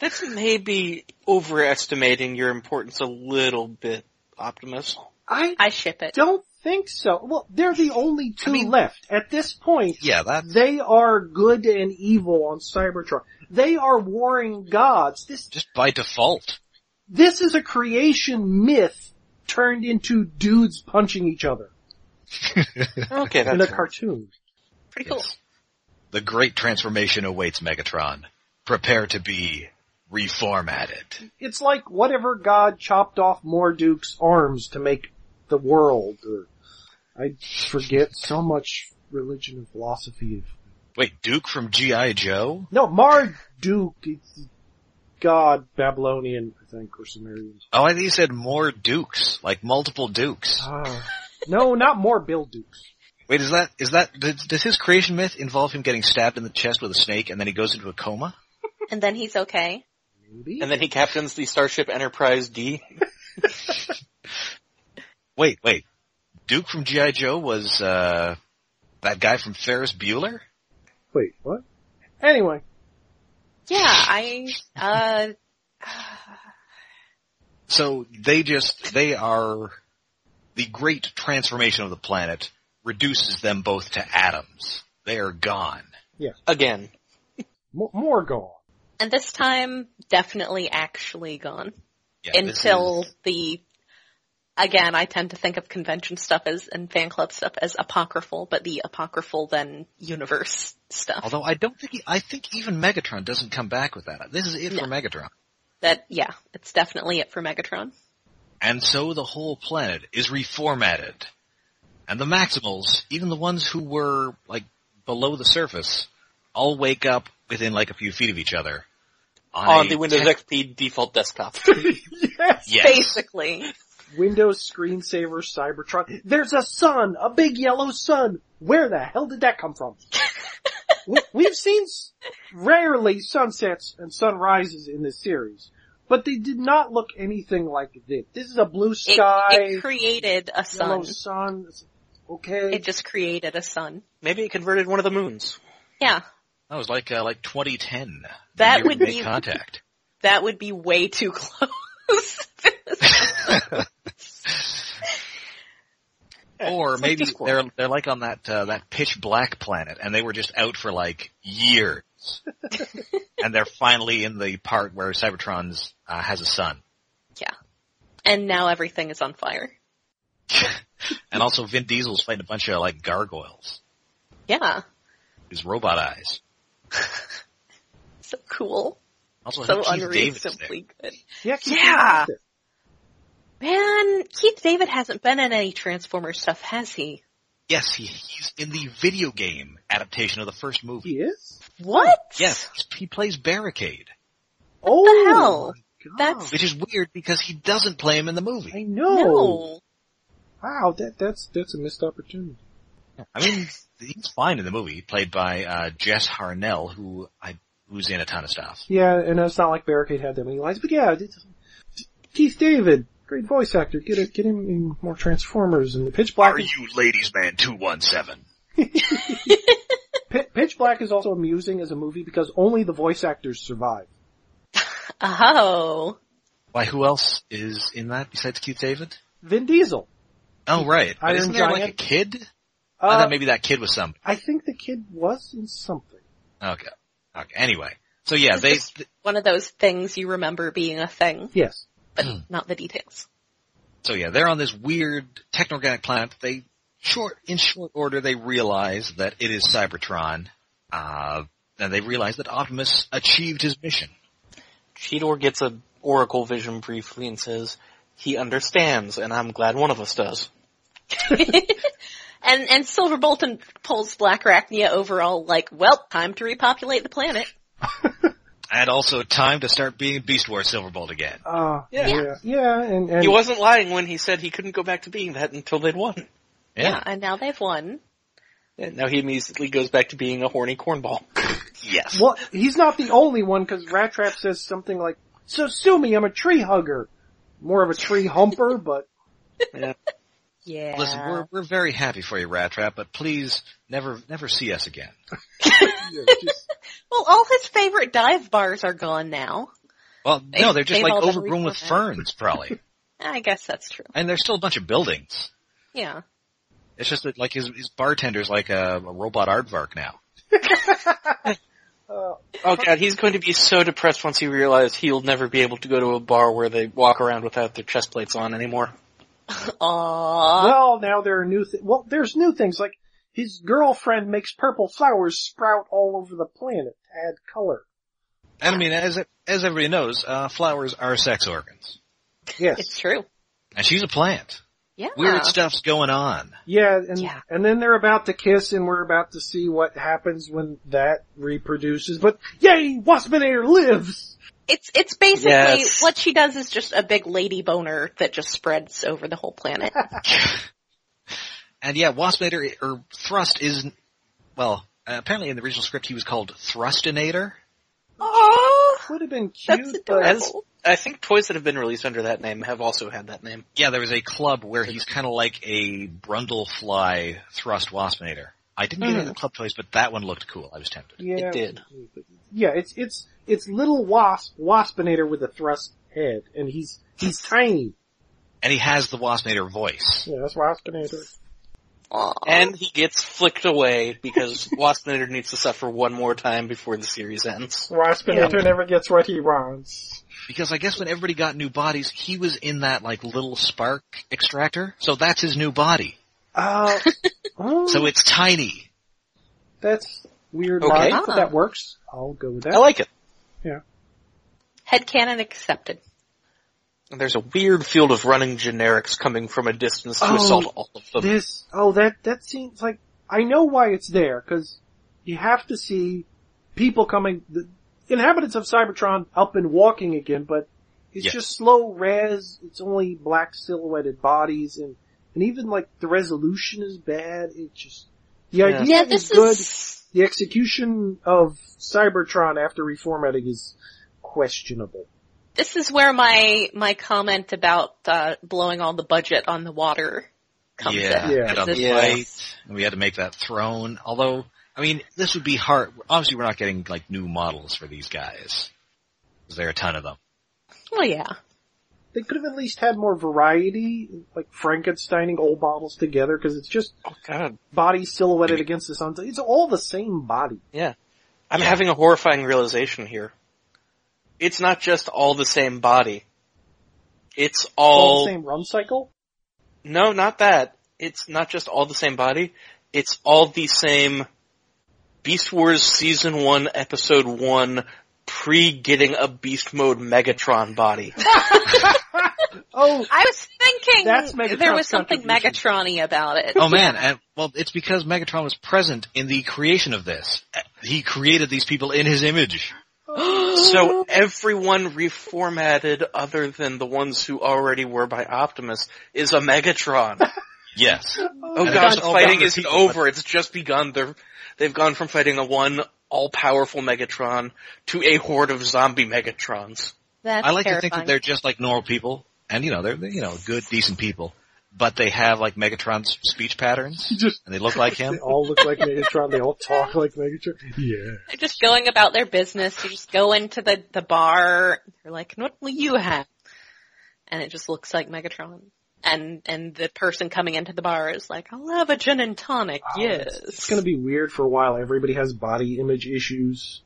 Speaker 4: This may be overestimating your importance a little bit, Optimus.
Speaker 2: I
Speaker 3: I ship it.
Speaker 2: don't think so. Well, they're the only two
Speaker 1: mean-
Speaker 2: left. At this point,
Speaker 1: Yeah, that,
Speaker 2: They are good and evil on Cybertron. They are warring gods. This
Speaker 1: just by default.
Speaker 2: this is a creation myth turned into dudes punching each other
Speaker 4: Okay, that's
Speaker 2: in a
Speaker 4: fair.
Speaker 2: cartoon.
Speaker 3: Pretty cool.
Speaker 1: Yes. The great transformation awaits Megatron. Prepare to be reformatted.
Speaker 2: It's like whatever god chopped off Morduke's arms to make the world. Or I forget so much religion and philosophy.
Speaker 1: Wait, Duke from G.I. Joe?
Speaker 2: No, Marduk, it's god Babylonian, I think, or Sumerian.
Speaker 1: Oh, I think you said more Dukes, like multiple Dukes.
Speaker 2: Ah. no, not more Bill Dukes.
Speaker 1: Wait, is that, is that, does does his creation myth involve him getting stabbed in the chest with a snake and then he goes into a coma?
Speaker 3: And then he's okay.
Speaker 2: Maybe.
Speaker 4: And then he captains the Starship Enterprise D.
Speaker 1: Wait, wait. Duke from G.I. Joe was, uh, that guy from Ferris Bueller?
Speaker 2: Wait, what? Anyway,
Speaker 3: Yeah, I, uh,
Speaker 1: So they just, they are, the great transformation of the planet reduces them both to atoms. They are gone.
Speaker 4: Again.
Speaker 2: M- more gone.
Speaker 3: and this time definitely actually gone.
Speaker 1: Yeah, this
Speaker 3: until
Speaker 1: is-
Speaker 3: the again i tend to think of convention stuff as and fan club stuff as apocryphal but the apocryphal then universe stuff
Speaker 1: although I don't think, he, I think even Megatron doesn't come back with that. This is it for Megatron.
Speaker 3: that yeah it's definitely it for megatron
Speaker 1: And so the whole planet is reformatted. And the Maximals, even the ones who were, like, below the surface, all wake up within, like, a few feet of each other.
Speaker 4: on
Speaker 1: I-
Speaker 4: the Windows XP default desktop.
Speaker 2: Yes!
Speaker 1: Yes.
Speaker 3: basically
Speaker 2: Windows screensaver Cybertron. There's a sun! A big yellow sun! Where the hell did that come from? we- we've seen s- rarely sunsets and sunrises in this series. But they did not look anything like this. This is a blue
Speaker 3: It,
Speaker 2: sky,
Speaker 3: it created a
Speaker 2: yellow
Speaker 3: sun.
Speaker 2: sun. It's- Okay.
Speaker 3: It just created a sun.
Speaker 4: Maybe it converted one of the moons.
Speaker 3: Yeah.
Speaker 1: That was like uh, like 2010. the
Speaker 3: That
Speaker 1: year
Speaker 3: would
Speaker 1: we made
Speaker 3: be-
Speaker 1: contact.
Speaker 3: That would be way too close.
Speaker 1: Or
Speaker 4: It's like
Speaker 1: maybe
Speaker 4: Discworld.
Speaker 1: they're they're like on that uh, that pitch black planet, and they were just out for like years, and they're finally in the part where Cybertron's uh, has a sun,
Speaker 3: and now everything is on fire.
Speaker 1: and also Vin Diesel's fighting a bunch of like gargoyles,
Speaker 3: Yeah.
Speaker 1: his robot eyes.
Speaker 3: So cool.
Speaker 1: Also, I
Speaker 3: So
Speaker 1: think Keith David's there.
Speaker 3: unreasonably good.
Speaker 2: yeah. keep
Speaker 3: Yeah.
Speaker 2: it active.
Speaker 3: Man, Keith David hasn't been in any Transformer stuff, has he?
Speaker 1: Yes, he, he's in the video game adaptation of the first movie.
Speaker 2: He is?
Speaker 3: What?
Speaker 1: Oh, Yes, he plays Barricade,
Speaker 2: oh.
Speaker 3: the hell?
Speaker 2: my God.
Speaker 3: That's-
Speaker 1: which is weird because he doesn't play him in the
Speaker 2: I
Speaker 1: movie.
Speaker 2: know.
Speaker 3: No.
Speaker 2: Wow, that that's that's a missed opportunity.
Speaker 1: I mean, he's fine in the movie, played by uh, Jess Harnell, who I who's in a ton of stuff.
Speaker 2: Yeah, and it's not like Barricade had that many lines, but yeah, it's- Keith David, great voice actor. Get it, get him in more Transformers and the Pitch Black. Is,
Speaker 1: you ladies man 217?
Speaker 2: Pi- Pitch Black is also amusing as a movie because only the voice actors survive.
Speaker 3: Oh.
Speaker 1: Why, who else is in that besides Keith David?
Speaker 2: Vin Diesel.
Speaker 1: Oh, right. But
Speaker 2: Iron
Speaker 1: isn't there like a
Speaker 2: Giant.
Speaker 1: kid? I
Speaker 2: Uh,
Speaker 1: thought maybe that kid was somebody.
Speaker 2: I think the kid was in something.
Speaker 1: Okay. Okay. Anyway. So yeah, they,
Speaker 3: It's just one of those things you remember being a thing,
Speaker 2: Yes.
Speaker 3: but not the details.
Speaker 1: so yeah, they're on this weird techno-organic planet. They, short, in short order, they realize that it is Cybertron, uh, and they realize that Optimus achieved his mission.
Speaker 4: Cheetor gets a Oracle vision briefly and says, he understands, and I'm glad one of us does.
Speaker 3: And and Silver Bolton pulls Black Arachnia over all like, well, time to repopulate the planet.
Speaker 1: And also time to start being Beast Wars Silverbolt again.
Speaker 2: Uh,
Speaker 4: Yeah.
Speaker 2: yeah. Yeah, and, and
Speaker 4: He wasn't lying when he said he couldn't go back to being that until they'd won.
Speaker 3: and now they've won.
Speaker 4: And now he immediately goes back to being a horny cornball.
Speaker 1: Yes.
Speaker 2: well, he's not the only one because Rat Trap says something like, so sue me, I'm a tree hugger. More of a tree humper, but
Speaker 3: Yeah.
Speaker 1: Listen, we're we're very happy for you, Rat Trap, but please never never see us again.
Speaker 2: you know, just,
Speaker 3: Well, all his favorite dive bars are gone now.
Speaker 1: Well,
Speaker 3: They-
Speaker 1: no, they're just
Speaker 3: they've
Speaker 1: like
Speaker 3: all been
Speaker 1: overgrown with
Speaker 3: replanted.
Speaker 1: ferns, probably.
Speaker 3: I guess that's true.
Speaker 1: and there's still a bunch of buildings.
Speaker 3: Yeah.
Speaker 1: It's just that like his, his bartender's like a, a robot aardvark now.
Speaker 2: uh,
Speaker 4: Oh god, he's going to be so depressed once he realizes he'll never be able to go to a bar where they walk around without their chest plates on anymore.
Speaker 3: Aww.
Speaker 2: well, now there are new, th- well, there's new things like his girlfriend makes purple flowers sprout all over the planet to add color.
Speaker 1: And I mean, as as everybody knows, uh, flowers are sex organs,
Speaker 2: Yes.
Speaker 3: It's true.
Speaker 1: and she's a plant.
Speaker 3: Yeah.
Speaker 1: Weird stuff's going on.
Speaker 2: Yeah, and
Speaker 3: Yeah.
Speaker 2: and then they're about to kiss, and we're about to see what happens when that reproduces. But yay, Waspinator lives.
Speaker 3: It's it's basically
Speaker 4: Yes.
Speaker 3: what she does is just a big lady boner that just spreads over the whole planet.
Speaker 1: And yeah, Waspinator or Thrust is well. Uh, apparently, in the original script, he was called Thrustinator.
Speaker 3: Oh,
Speaker 2: Would have been
Speaker 3: that's
Speaker 2: cute, but
Speaker 3: adorable.
Speaker 4: I think toys that have been released under that name have also had that name.
Speaker 1: Yeah, there was a club where he's kind of like a Brundlefly Thrust Waspinator. I didn't get any of the
Speaker 3: Hmm.
Speaker 1: club toys, but that one looked cool. I was tempted.
Speaker 2: yeah,
Speaker 4: It did.
Speaker 2: yeah, it's it's it's little wasp Waspinator with a thrust head, and he's he's tiny.
Speaker 1: And he has the Waspinator voice.
Speaker 2: Yeah, that's Waspinator.
Speaker 3: Aw.
Speaker 4: And he gets flicked away because Waspinator needs to suffer one more time before the series ends.
Speaker 2: Waspinator never gets what he wants.
Speaker 1: Because I guess when everybody got new bodies, he was in that like little spark extractor. So that's his new body.
Speaker 2: Uh, oh,
Speaker 1: So it's tiny.
Speaker 2: that's weird.
Speaker 4: Okay.
Speaker 2: logic, but
Speaker 3: Ah.
Speaker 2: that works. I'll go with that.
Speaker 4: I like it.
Speaker 3: headcanon accepted.
Speaker 4: And there's a weird field of running generics coming from a distance to
Speaker 2: Oh,
Speaker 4: assault all of them.
Speaker 2: This, oh, that, that seems like, I know why it's there, cause you have to see people coming, the inhabitants of Cybertron up and walking again, but it's
Speaker 1: Yes.
Speaker 2: just slow res, it's only black silhouetted bodies, and, and even like the resolution is bad, it just, the
Speaker 4: Yeah.
Speaker 2: idea
Speaker 3: Yeah,
Speaker 2: is
Speaker 3: this
Speaker 2: good,
Speaker 3: is
Speaker 2: the execution of Cybertron after reformatting is questionable.
Speaker 3: This is where my my comment about uh, blowing all the budget on the water comes
Speaker 1: yeah,
Speaker 3: in.
Speaker 2: Yeah.
Speaker 1: and on the
Speaker 3: This
Speaker 4: Yeah.
Speaker 1: lights, and we had to make that throne. Although, I mean, this would be hard. Obviously, we're not getting like new models for these guys. 'Cause There are a ton of them.
Speaker 3: Well, yeah.
Speaker 2: They could have at least had more variety, like Frankensteining old bottles together, because it's just
Speaker 4: Oh god.
Speaker 2: bodies silhouetted against the sun. It's all the same body.
Speaker 4: Yeah. I'm having a horrifying realization here. It's not just all the same body. It's
Speaker 2: All
Speaker 4: all,
Speaker 2: the same run cycle.
Speaker 4: no, not that. It's not just all the same body. It's all the same Beast Wars season one, episode one, pre getting a beast mode Megatron body.
Speaker 2: Oh,
Speaker 3: I was thinking
Speaker 2: That's
Speaker 3: there
Speaker 2: Megatron's
Speaker 3: was something
Speaker 2: contribution.
Speaker 3: Megatron-y about it.
Speaker 1: Oh man, and, well, it's because Megatron was present in the creation of this. He created these people in his image.
Speaker 2: oh,
Speaker 4: So everyone reformatted other than the ones who already were by Optimus is a Megatron.
Speaker 1: Yes.
Speaker 4: Oh
Speaker 1: And
Speaker 4: gosh,
Speaker 1: it's all
Speaker 4: fighting
Speaker 1: about
Speaker 4: isn't
Speaker 1: the people,
Speaker 4: over. It's just begun. They're, they've gone from fighting a one all-powerful Megatron to a horde of zombie Megatrons.
Speaker 3: That's
Speaker 1: I like to
Speaker 3: terrifying.
Speaker 1: think that they're just like normal people, and you know, they're, you know, good, decent people, but they have like Megatron's speech patterns,
Speaker 2: Just-
Speaker 1: and they look like him.
Speaker 2: They all look like Megatron. They all talk like Megatron. Yeah.
Speaker 3: They're just going about their business. You just go into the, the bar. They're like, what will you have? And it just looks like Megatron. And, and the person coming into the bar is like, I'll have a gin and tonic,
Speaker 2: Oh,
Speaker 3: yes.
Speaker 2: It's gonna be weird for a while. Everybody has body image issues.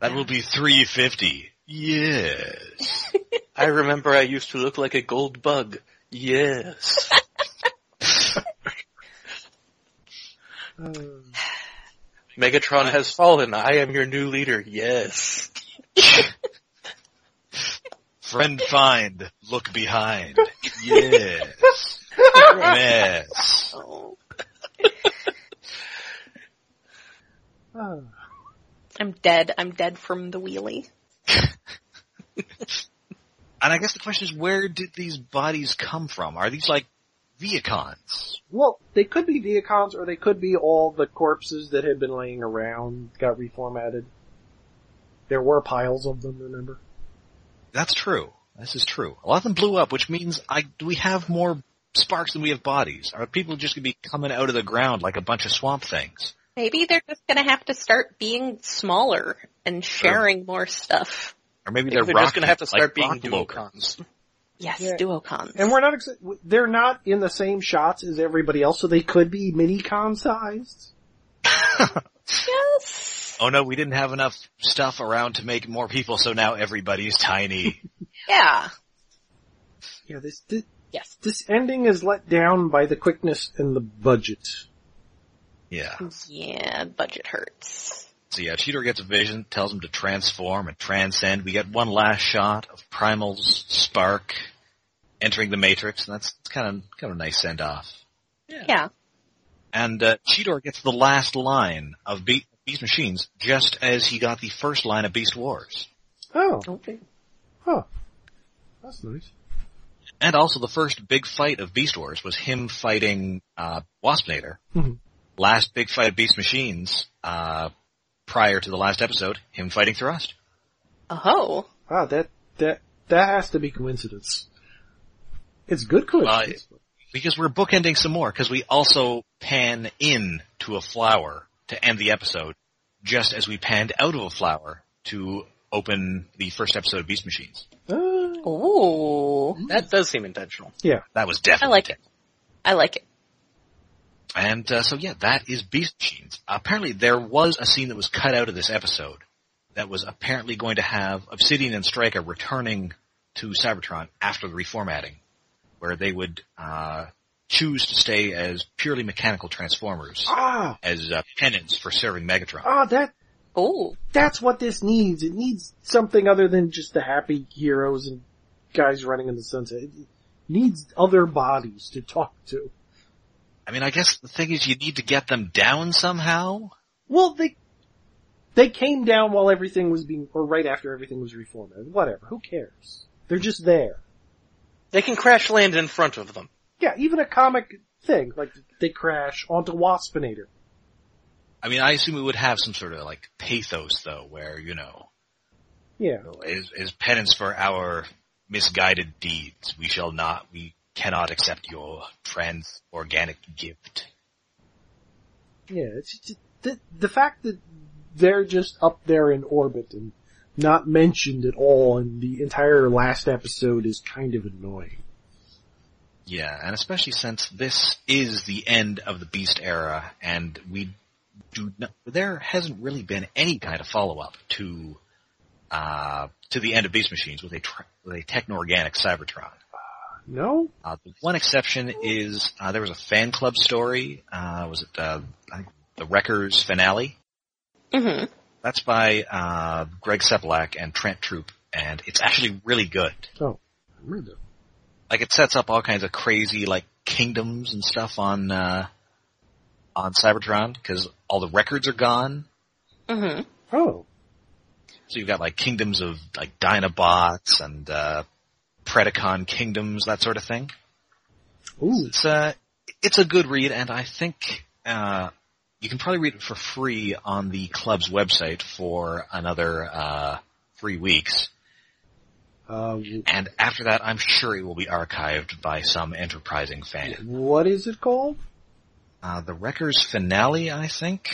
Speaker 1: That will be 350. Yes.
Speaker 4: I remember I used to look like a gold bug. Yes.
Speaker 2: Uh,
Speaker 4: Megatron has fallen. I am your new leader. Yes.
Speaker 1: Friend find, look behind. Yes. Yes.
Speaker 3: Oh.
Speaker 2: uh,
Speaker 3: I'm dead. I'm dead from the wheelie.
Speaker 1: And I guess the question is, where did these bodies come from? Are these like Viacons?
Speaker 2: well, they could be Viacons or they could be all the corpses that had been laying around got reformatted. There were piles of them, remember?
Speaker 1: That's true. This is true. A lot of them blew up, which means I, we have more sparks than we have bodies. Are people just gonna be coming out of the ground like a bunch of swamp things?
Speaker 3: Maybe they're just gonna have to start being smaller and sharing more stuff.
Speaker 1: Or maybe
Speaker 4: They're,
Speaker 1: they're,
Speaker 4: just going to have to
Speaker 1: rock-
Speaker 4: start
Speaker 1: like
Speaker 4: being
Speaker 1: rock locals.
Speaker 4: duocons.
Speaker 3: Yes,
Speaker 2: Yeah.
Speaker 3: duocons.
Speaker 2: And we're not, ex- they're not in the same shots as everybody else, so they could be mini-con sized.
Speaker 3: yes.
Speaker 1: Oh no, we didn't have enough stuff around to make more people, so now everybody's tiny.
Speaker 3: Yeah.
Speaker 2: Yeah, this, this,
Speaker 3: Yes.
Speaker 2: this ending is let down by the quickness and the budget.
Speaker 1: yeah.
Speaker 3: Yeah, budget hurts.
Speaker 1: So yeah, Cheetor gets a vision, tells him to transform and transcend. We get one last shot of Primal's spark entering the Matrix, and that's kind of kind of a nice send off.
Speaker 3: Yeah.
Speaker 1: And uh, Cheetor gets the last line of Be- Beast Machines, just as he got the first line of Beast Wars,
Speaker 2: Oh,
Speaker 3: Okay.
Speaker 2: huh. That's nice.
Speaker 1: and also the first big fight of Beast Wars was him fighting uh, Waspinator.
Speaker 2: Mhm.
Speaker 1: Last big fight of Beast Machines uh, prior to the last episode, him fighting Thrust.
Speaker 3: Oh.
Speaker 2: Wow, Ah, that, that, that has to be coincidence. It's good coincidence.
Speaker 1: because we're bookending some more because we also pan in to a flower to end the episode just as we panned out of a flower to open the first episode of Beast Machines.
Speaker 2: Uh,
Speaker 3: Ooh.
Speaker 4: That does seem intentional.
Speaker 2: yeah.
Speaker 1: That was
Speaker 3: I
Speaker 1: definitely
Speaker 3: like it. I like it.
Speaker 1: And uh, so yeah, that is Beast Machines. Apparently there was a scene that was cut out of this episode that was apparently going to have Obsidian and Stryker returning to Cybertron after the reformatting where they would uh, choose to stay as purely mechanical transformers.
Speaker 2: Ah,
Speaker 1: as uh, penance for serving Megatron.
Speaker 2: ah, that,
Speaker 3: Ooh.
Speaker 2: that's what this needs. It needs something other than just the happy heroes and guys running in the sunset. It needs other bodies to talk to.
Speaker 1: I mean, I guess the thing is you need to get them down somehow.
Speaker 2: Well, they, they came down while everything was being, or right after everything was reformatted. Whatever. Who cares? They're just there.
Speaker 4: They can crash land in front of them.
Speaker 2: Yeah, even a comic thing, like they crash onto Waspinator.
Speaker 1: I mean, I assume it would have some sort of like pathos though, where, you know,
Speaker 2: Yeah.
Speaker 1: Is, is penance for our misguided deeds. We shall not, we cannot accept your trans organic gift.
Speaker 2: Yeah, it's, it's- the, the fact that they're just up there in orbit and not mentioned at all in the entire last episode is kind of annoying.
Speaker 1: Yeah, and especially since this is the end of the Beast era, and we do not, there hasn't really been any kind of follow up to uh, to the end of Beast Machines with a tr with a techno-organic Cybertron.
Speaker 2: No?
Speaker 1: Uh, the one exception is uh, there was a fan club story. Uh, was it uh, I think the Wreckers finale?
Speaker 3: hmm
Speaker 1: That's by uh, Greg Seplak and Trent Troop, and it's actually really good.
Speaker 2: Where Oh. the-
Speaker 1: like it sets up all kinds of crazy like kingdoms and stuff on uh on Cybertron because all the records are gone.
Speaker 3: hmm
Speaker 2: Oh.
Speaker 1: So you've got like kingdoms of like Dinobots and uh Predacon kingdoms, that sort of thing.
Speaker 2: Ooh.
Speaker 1: It's uh it's a good read and I think uh you can probably read it for free on the club's website for another uh three weeks.
Speaker 2: Uh,
Speaker 1: And after that I'm sure it will be archived by some enterprising fan.
Speaker 2: what is it called?
Speaker 1: Uh the Wreckers finale, I think.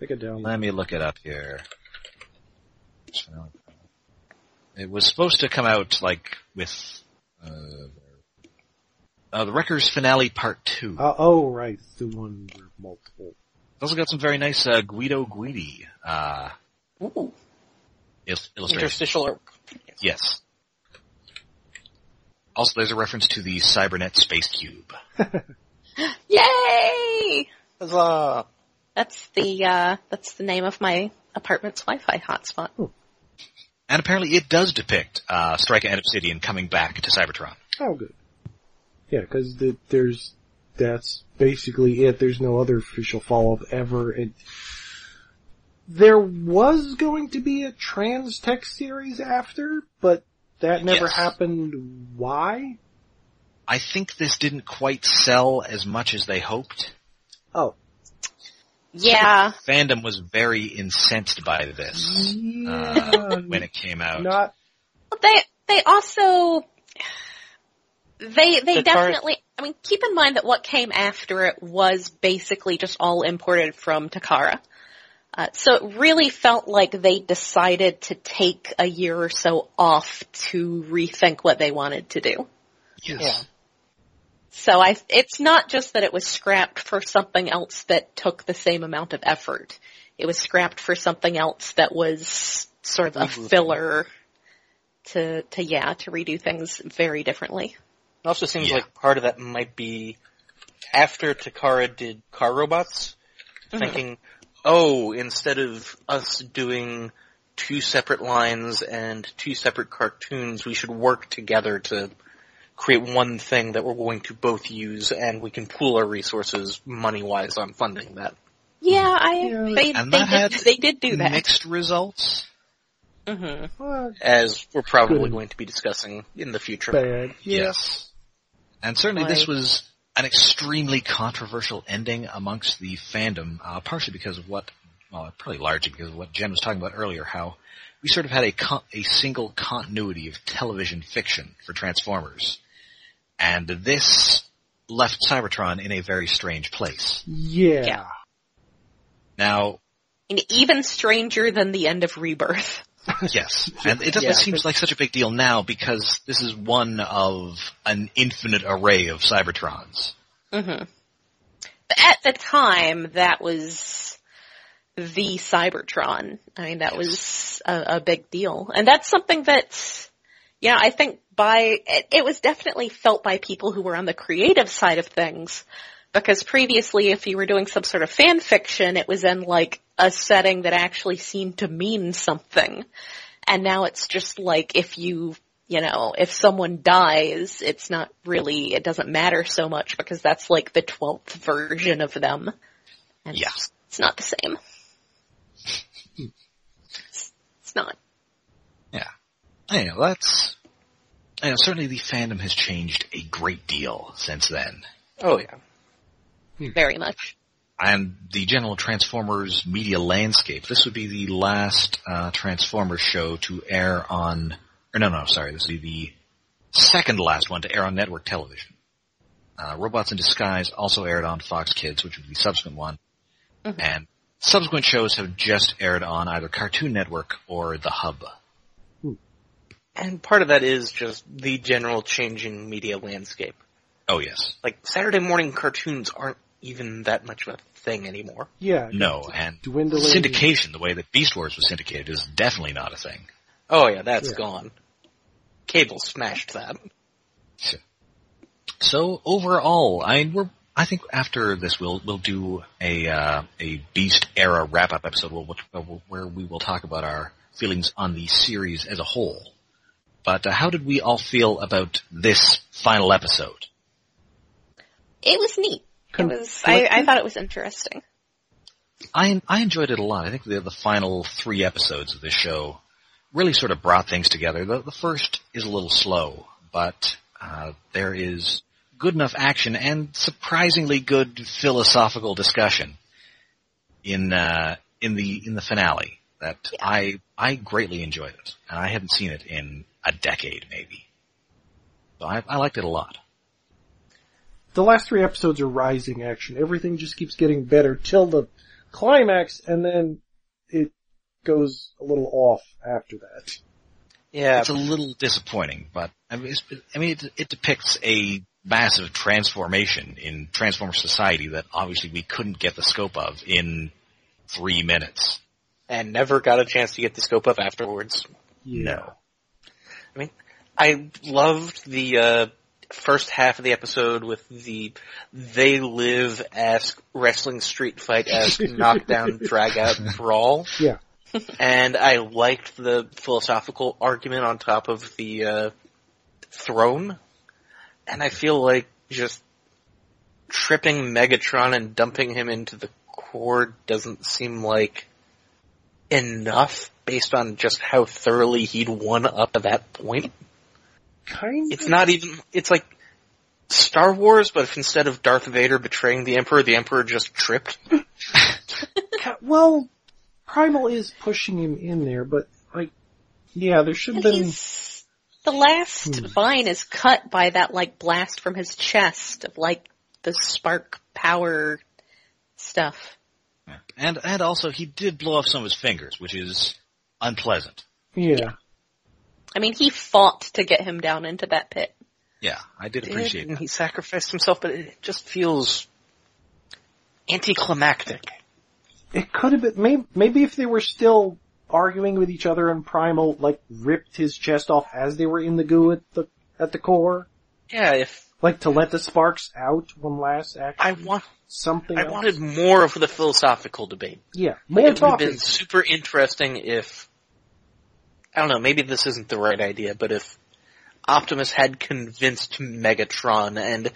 Speaker 2: Pick it down.
Speaker 1: Let me look it up here. It was supposed to come out like with uh, uh, the Wreckers finale part two.
Speaker 2: Uh, oh, right. It's the one where multiple.
Speaker 1: It's also got some very nice uh, Guido Guidi uh,
Speaker 3: Ooh.
Speaker 1: il- illustrations.
Speaker 4: Interstitial arc.
Speaker 1: Yes. Also, there's a reference to the Cybernet Space Cube.
Speaker 3: Yay!
Speaker 4: Huzzah!
Speaker 3: That's the uh, that's the name of my apartment's Wi-Fi hotspot.
Speaker 1: And apparently it does depict uh, Strike and Obsidian coming back to Cybertron.
Speaker 2: Oh, good. Yeah, because the, there's that's basically it. There's no other official follow up ever. And there was going to be a trans tech series after, but that never
Speaker 1: Yes.
Speaker 2: happened. Why?
Speaker 1: I think this didn't quite sell as much as they hoped.
Speaker 2: Oh,
Speaker 3: Yeah,
Speaker 1: fandom was very incensed by this
Speaker 2: yeah.
Speaker 1: uh, when it came out.
Speaker 2: not
Speaker 3: Well, they they also they they
Speaker 4: The car-
Speaker 3: definitely. I mean, keep in mind that what came after it was basically just all imported from Takara. Uh, so it really felt like they decided to take a year or so off to rethink what they wanted to do.
Speaker 1: yes.
Speaker 3: So I, it's not just that it was scrapped for something else that took the same amount of effort. It was scrapped for something else that was sort of a
Speaker 4: Regrouping.
Speaker 3: filler to, to yeah, to redo things very differently.
Speaker 4: It also seems
Speaker 1: Yeah.
Speaker 4: like part of that might be after Takara did car robots, thinking, oh, instead of us doing two separate lines and two separate cartoons, we should work together to create one thing that we're going to both use and we can pool our resources money-wise on funding that.
Speaker 3: Yeah, I,
Speaker 2: Yeah.
Speaker 3: they,
Speaker 1: And
Speaker 3: they
Speaker 1: that had
Speaker 3: did, they did do that.
Speaker 1: Mixed results.
Speaker 3: hmm
Speaker 2: uh,
Speaker 4: As we're probably
Speaker 2: Good.
Speaker 4: going to be discussing in the future.
Speaker 2: bad. Yeah.
Speaker 1: Yes. And certainly this
Speaker 3: Like-
Speaker 1: was an extremely controversial ending amongst the fandom, uh, partially because of what, well, probably largely because of what Jen was talking about earlier, how we sort of had a, con- a single continuity of television fiction for Transformers. And this left Cybertron in a very strange place.
Speaker 2: Yeah.
Speaker 3: Yeah.
Speaker 1: Now,
Speaker 3: And even stranger than the end of Rebirth.
Speaker 1: Yes, and it definitely
Speaker 4: Yeah.
Speaker 1: seems like such a big deal now because this is one of an infinite array of Cybertrons.
Speaker 3: hmm At the time, that was the Cybertron. I mean, that was a, a big deal, and that's something that, yeah, I think by it, it was definitely felt by people who were on the creative side of things, because previously, if you were doing some sort of fan fiction, it was in like a setting that actually seemed to mean something, and now it's just like if you you know, if someone dies, it's not really, it doesn't matter so much because that's like the 12th version of them. And
Speaker 1: Yeah.
Speaker 3: It's not the same. It's, it's not.
Speaker 1: I know that's. I know certainly the fandom has changed a great deal since then.
Speaker 4: Oh yeah.
Speaker 3: Very much.
Speaker 1: and the general Transformers media landscape. This would be the last uh, Transformers show to air on. Or no, no, sorry. This would be the second last one to air on network television. Uh, Robots in Disguise also aired on Fox Kids, which was the subsequent one,
Speaker 3: Mhm.
Speaker 1: and subsequent shows have just aired on either Cartoon Network or the Hub.
Speaker 4: And part of that is just the general changing media landscape.
Speaker 1: Oh yes,
Speaker 4: Like Saturday morning cartoons aren't even that much of a thing anymore.
Speaker 2: Yeah.
Speaker 1: no, and
Speaker 2: Dwindling.
Speaker 1: syndication, the way that Beast Wars was syndicated, is definitely not a thing.
Speaker 4: Oh yeah, that's
Speaker 2: Yeah.
Speaker 4: gone. Cable smashed that.
Speaker 1: So overall, I mean, we're I think after this we'll we'll do a uh, a Beast era wrap up episode where, we'll, where we will talk about our feelings on the series as a whole. But uh, how did we all feel about this final episode?
Speaker 3: It was neat. It was. I, I
Speaker 2: Conflicted?
Speaker 3: thought it was interesting.
Speaker 1: I I enjoyed it a lot. I think the the final three episodes of this show really sort of brought things together. The, the first is a little slow, but uh, there is good enough action and surprisingly good philosophical discussion in uh, in the in the finale that I I greatly enjoyed it, and I hadn't seen it in a decade maybe. So I, I liked it a lot.
Speaker 2: the last three episodes are rising action. Everything just keeps getting better till the climax, and then it goes a little off after that.
Speaker 4: Yeah,
Speaker 1: It's a little disappointing, but I mean, it's, I mean it, it depicts a massive transformation in Transformer society that obviously we couldn't get the scope of in three minutes.
Speaker 4: and never got a chance to get the scope up afterwards.
Speaker 2: Yeah.
Speaker 1: No.
Speaker 4: I loved the uh, first half of the episode with the they live esque wrestling street fight esque knockdown drag out brawl.
Speaker 2: Yeah.
Speaker 4: And I liked the philosophical argument on top of the uh, throne. And I feel like just tripping Megatron and dumping him into the core doesn't seem like enough based on just how thoroughly he'd won up to that point
Speaker 2: Kind
Speaker 4: it's
Speaker 2: of.
Speaker 4: not even it's like Star Wars, but if instead of Darth Vader betraying the Emperor, the Emperor just tripped.
Speaker 2: Ki- well, Primal is pushing him in there, but like, yeah, there should have
Speaker 3: And
Speaker 2: been.
Speaker 3: he's, the last vine is cut by that like blast from his chest of like the spark power stuff.
Speaker 1: And and also he did blow off some of his fingers, which is unpleasant.
Speaker 2: Yeah.
Speaker 3: I mean, he fought to get him down into that pit.
Speaker 1: Yeah, I did appreciate
Speaker 4: and
Speaker 1: that.
Speaker 4: he sacrificed himself, but it just feels anticlimactic.
Speaker 2: It could have been, maybe, maybe if they were still arguing with each other and Primal, like, ripped his chest off as they were in the goo at the, at the core.
Speaker 4: Yeah, if
Speaker 2: Like to let the sparks out one last act.
Speaker 4: I want,
Speaker 2: something.
Speaker 4: I
Speaker 2: else.
Speaker 4: wanted more of the philosophical debate.
Speaker 2: Yeah.
Speaker 4: Like,
Speaker 2: More
Speaker 4: it would have
Speaker 2: talking.
Speaker 4: been super interesting if I don't know, maybe this isn't the right idea, but if Optimus had convinced Megatron and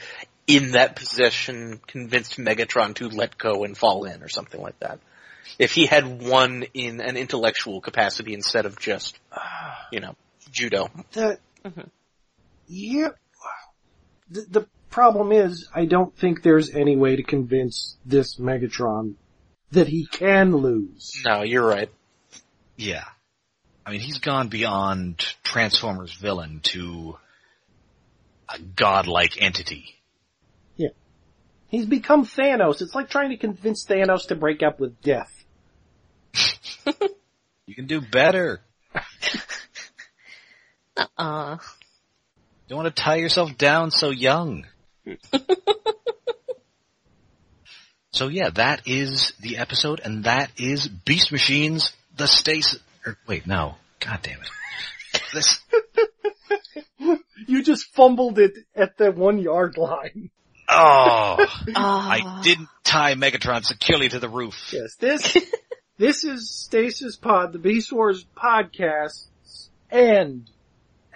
Speaker 4: in that possession convinced Megatron to let go and fall in or something like that. If he had won in an intellectual capacity instead of just you know, judo.
Speaker 2: That,
Speaker 3: Mhm.
Speaker 2: yeah. The, the problem is, I don't think there's any way to convince this Megatron that he can lose.
Speaker 4: No, you're right.
Speaker 1: Yeah. I mean, he's gone beyond Transformers villain to a godlike entity.
Speaker 2: He's become Thanos. It's like trying to convince Thanos to break up with Death.
Speaker 1: You can do better.
Speaker 3: Uh-uh.
Speaker 1: You don't want to tie yourself down so young. so yeah, that is the episode, and that is Beast Machines, the Stasis. Or, wait, no. God damn it. This,
Speaker 2: You just fumbled it at the one yard line.
Speaker 1: oh, I
Speaker 3: Ah.
Speaker 1: didn't tie Megatron securely to the roof.
Speaker 2: Yes, this, this is Stasis Pod, the Beast Wars podcast's end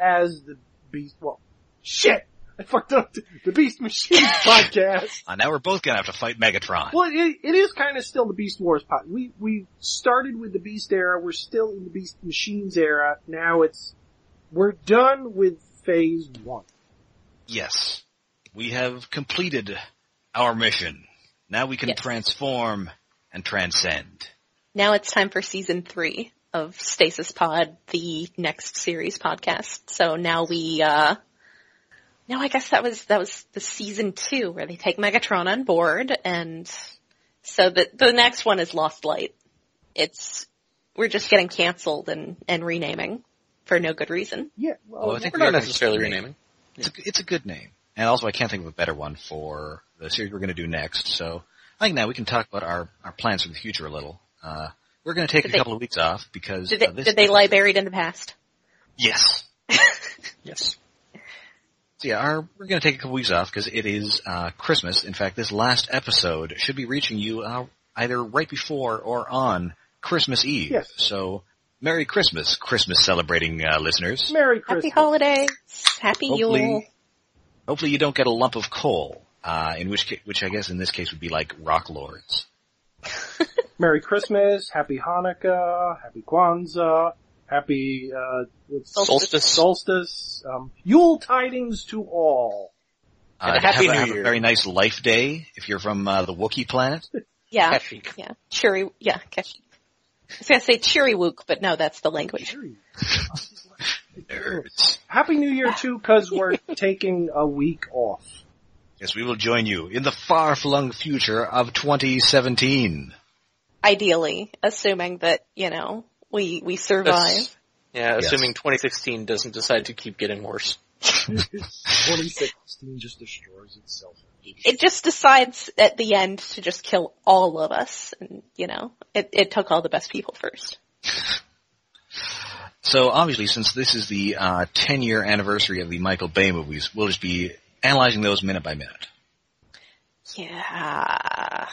Speaker 2: as the Beast, well, shit! I fucked up the Beast Machine podcast.
Speaker 1: Uh, now we're both gonna have to fight Megatron.
Speaker 2: Well, it, it is kind of still the Beast Wars pot. We we started with the Beast era. We're still in the Beast Machines era. Now it's we're done with Phase One.
Speaker 1: Yes. We have completed our mission. Now we can
Speaker 3: Yes.
Speaker 1: transform and transcend.
Speaker 3: Now it's time for season three of Stasis Pod, the next series podcast. So now we, uh, no, I guess that was, that was the season two where they take Megatron on board and so the, the next one is Lost Light. It's, we're just getting canceled and, and renaming for no good reason.
Speaker 2: Yeah.
Speaker 1: Oh,
Speaker 2: Well,
Speaker 1: I think
Speaker 4: We're
Speaker 1: we
Speaker 4: not
Speaker 1: already
Speaker 4: necessarily
Speaker 1: named it.
Speaker 4: renaming.
Speaker 1: It's a, it's a good name. And also I can't think of a better one for the series we're going to do next. So I think now we can talk about our, our plans for the future a little. Uh, we're going to take
Speaker 3: Did
Speaker 1: a
Speaker 3: they-
Speaker 1: couple of weeks off because
Speaker 3: Did they,
Speaker 1: uh, this
Speaker 3: did they lie buried in the past?
Speaker 1: Yes.
Speaker 4: Yes.
Speaker 1: So yeah, our, we're going to take a couple weeks off because it is uh, Christmas. In fact, this last episode should be reaching you uh, either right before or on Christmas Eve.
Speaker 2: Yes.
Speaker 1: So Merry Christmas, Christmas celebrating uh, listeners.
Speaker 2: Merry
Speaker 3: Happy
Speaker 2: Christmas.
Speaker 3: holidays. Happy Yule.
Speaker 1: Hopefully, hopefully you don't get a lump of coal. Uh, in which, ca- which I guess in this case would be like rock lords.
Speaker 2: Merry Christmas. Happy Hanukkah. Happy Kwanzaa. Happy uh, what's-
Speaker 4: Solstice.
Speaker 2: Solstice. Um, Yule tidings to all.
Speaker 1: Uh,
Speaker 4: And a Happy
Speaker 1: have,
Speaker 4: New
Speaker 1: have a
Speaker 4: Year.
Speaker 1: very nice life day if you're from uh, the Wookiee planet.
Speaker 3: Yeah.
Speaker 4: Happy.
Speaker 3: Yeah. Chiri, yeah, Keshi. I was gonna say Chiriwook, but no, that's the language.
Speaker 1: Nerds.
Speaker 2: Happy New Year too, because we're taking a week off.
Speaker 1: Yes, we will join you in the far-flung future of 2017.
Speaker 3: Ideally, assuming that, you know, we, we survive.
Speaker 4: That's- Yeah,
Speaker 1: Yes.
Speaker 4: assuming 2016 doesn't decide to keep getting worse.
Speaker 2: 2016 just destroys itself.
Speaker 3: It just decides at the end to just kill all of us. And, you know, it, it took all the best people first.
Speaker 1: So obviously, since this is the uh, 10-year anniversary of the Michael Bay movies, we'll just be analyzing those minute by minute.
Speaker 3: Yeah.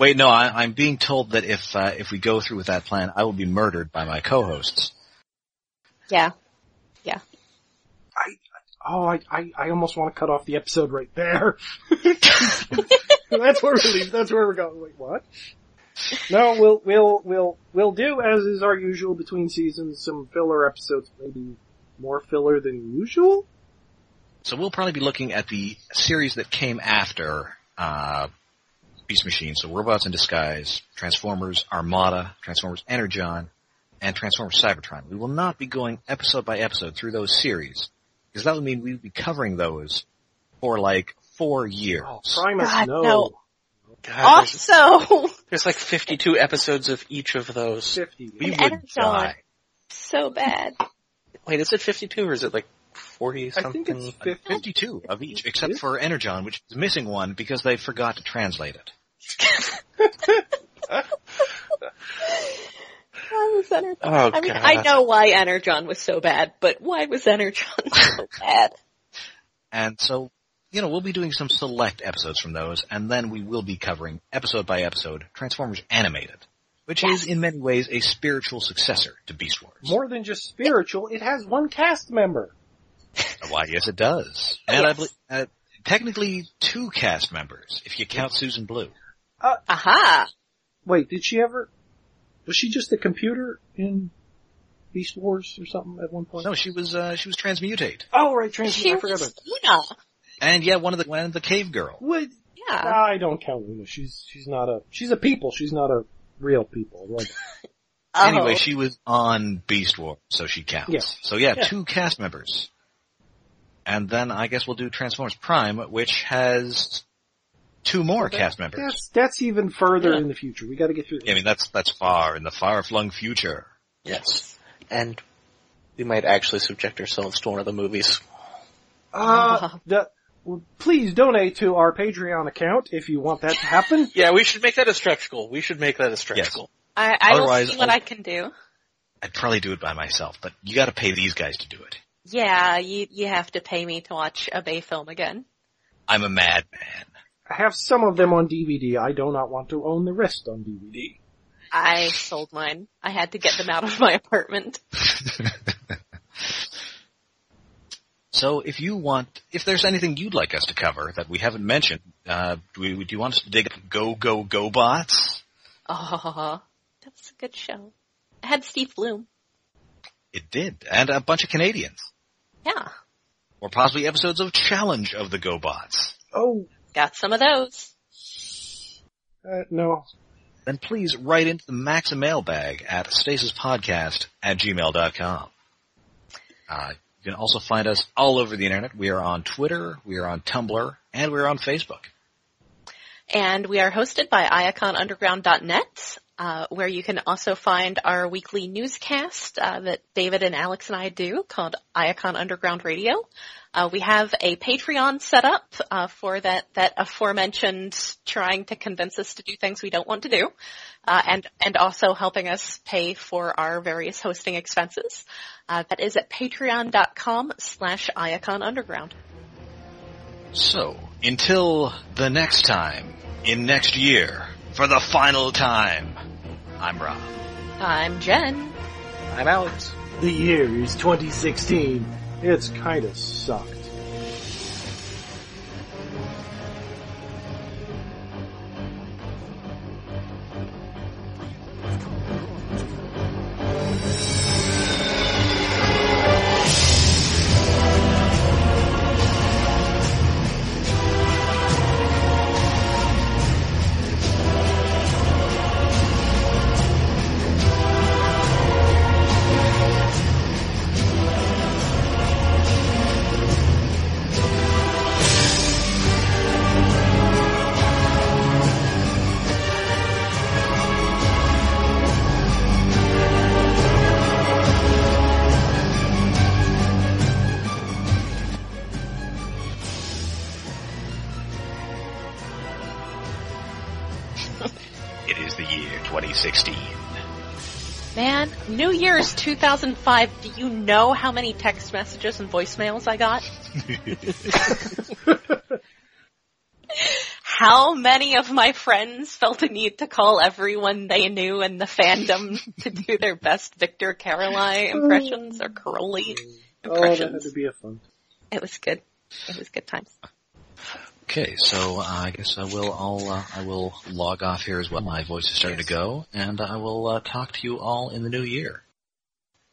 Speaker 1: Wait, no, I, I'm being told that if uh, if we go through with that plan, I will be murdered by my co-hosts.
Speaker 3: Yeah.
Speaker 2: Oh, I, I, I almost want to cut off the episode right there. that's where we leave. That's where we're going. Wait, what? No, we'll we'll we'll we'll do as is our usual between seasons. Some filler episodes, maybe more filler than usual.
Speaker 1: So we'll probably be looking at the series that came after uh, Beast Machine. So Robots in Disguise, Transformers Armada, Transformers Energon, and Transformers Cybertron. We will not be going episode by episode through those series because that would mean we'd be covering those for like four years.
Speaker 2: Oh, Primus,
Speaker 3: God,
Speaker 2: no.
Speaker 3: no.
Speaker 4: God, there's,
Speaker 3: Also,
Speaker 4: there's like 52 episodes of each of those.
Speaker 2: Fifty.
Speaker 1: we would
Speaker 3: And Energon.
Speaker 1: die.
Speaker 3: so bad.
Speaker 4: Wait, is it 52 or is it like 40 something?
Speaker 2: I think it's fifty.
Speaker 1: 52 of each, except for Energon, which is missing one because they forgot to translate it.
Speaker 3: Why was Energon?
Speaker 4: Oh,
Speaker 3: I mean,
Speaker 4: God.
Speaker 3: I know why Energon was so bad, but why was Energon so bad?
Speaker 1: And so, you know, we'll be doing some select episodes from those, and then we will be covering episode by episode Transformers Animated, which is in many ways a spiritual successor to Beast Wars.
Speaker 2: More than just spiritual, it has one cast member.
Speaker 1: Why, yes it does. And I
Speaker 3: Yes.
Speaker 1: believe, uh, technically two cast members, if you count Susan Blue.
Speaker 3: Aha!
Speaker 2: Wait, did she ever? Was she just a computer in Beast Wars or something at one point?
Speaker 1: No, she was, uh, she was Transmutate.
Speaker 2: Oh, right, trans.
Speaker 3: She
Speaker 2: I forgot
Speaker 3: was
Speaker 2: about.
Speaker 3: Una.
Speaker 1: And yeah, one of the, one of the cave girl.
Speaker 2: Would
Speaker 3: Yeah.
Speaker 2: I don't count Luna. She's she's not a she's a people. She's not a real people. Like,
Speaker 3: Oh.
Speaker 1: Anyway, she was on Beast Wars, so she counts.
Speaker 2: Yeah.
Speaker 1: So yeah,
Speaker 4: Yeah.
Speaker 1: two cast members. And then I guess we'll do Transformers Prime, which has two more cast members.
Speaker 2: that's that's even further
Speaker 4: Yeah.
Speaker 2: in the future. We got to get through.
Speaker 1: I mean, that's, that's far in the far flung future.
Speaker 3: Oh.
Speaker 4: Yes. And we might actually subject ourselves to one of the movies.
Speaker 2: Uh, the, well, please donate to our Patreon account if you want that to happen.
Speaker 4: Yeah, we should make that a stretch goal. We should make that a stretch
Speaker 1: Yes.
Speaker 4: goal.
Speaker 3: I, I will
Speaker 1: Otherwise,
Speaker 3: see what
Speaker 1: I'll-
Speaker 3: I can do.
Speaker 1: I'd probably do it by myself, but you gotta pay these guys to do it.
Speaker 3: Yeah, you you have to pay me to watch a Bay film again.
Speaker 1: I'm a madman.
Speaker 2: I have some of them on DVD. I do not want to own the rest on DVD.
Speaker 3: I sold mine. I had to get them out of my apartment.
Speaker 1: So if you want, if there's anything you'd like us to cover that we haven't mentioned, uh, do, we, do you want us to dig up Go Go Go Bots?
Speaker 3: Oh, that was a good show. I had Steve Bloom.
Speaker 1: It did. And a bunch of Canadians.
Speaker 3: Yeah,
Speaker 1: or possibly episodes of Challenge of the GoBots.
Speaker 2: Oh,
Speaker 3: got some of those.
Speaker 2: Uh, no.
Speaker 1: Then please write into the Maxa mailbag at stasispodcast at gmail.com. Uh, you can also find us all over the internet. We are on Twitter, we are on Tumblr, and we are on Facebook.
Speaker 3: And we are hosted by iaconunderground.net, uh, where you can also find our weekly newscast uh, that David and Alex and I do called Iacon Underground Radio. Uh, we have a Patreon set up uh, for that, that aforementioned trying to convince us to do things we don't want to do, uh, and, and also helping us pay for our various hosting expenses. Uh, that is at patreon.com slash Iacon Underground.
Speaker 1: So, until the next time, in next year, for the final time, I'm Rob.
Speaker 3: I'm Jen.
Speaker 1: I'm Alex.
Speaker 2: The year is 2016. It's kinda sucked.
Speaker 1: It is the year 2016.
Speaker 3: Man, New Year's 2005, do you know how many text messages and voicemails I got? How many of my friends felt a need to call everyone they knew in the fandom to do their best Victor Caroline impressions or Caroli
Speaker 2: Oh, that had
Speaker 3: impressions?
Speaker 2: to be a fun.
Speaker 3: it was good. It was good times.
Speaker 1: Okay, so uh, I guess I will all uh, I will log off here as well. My voice is starting to go, and I will uh, talk to you all in the new year.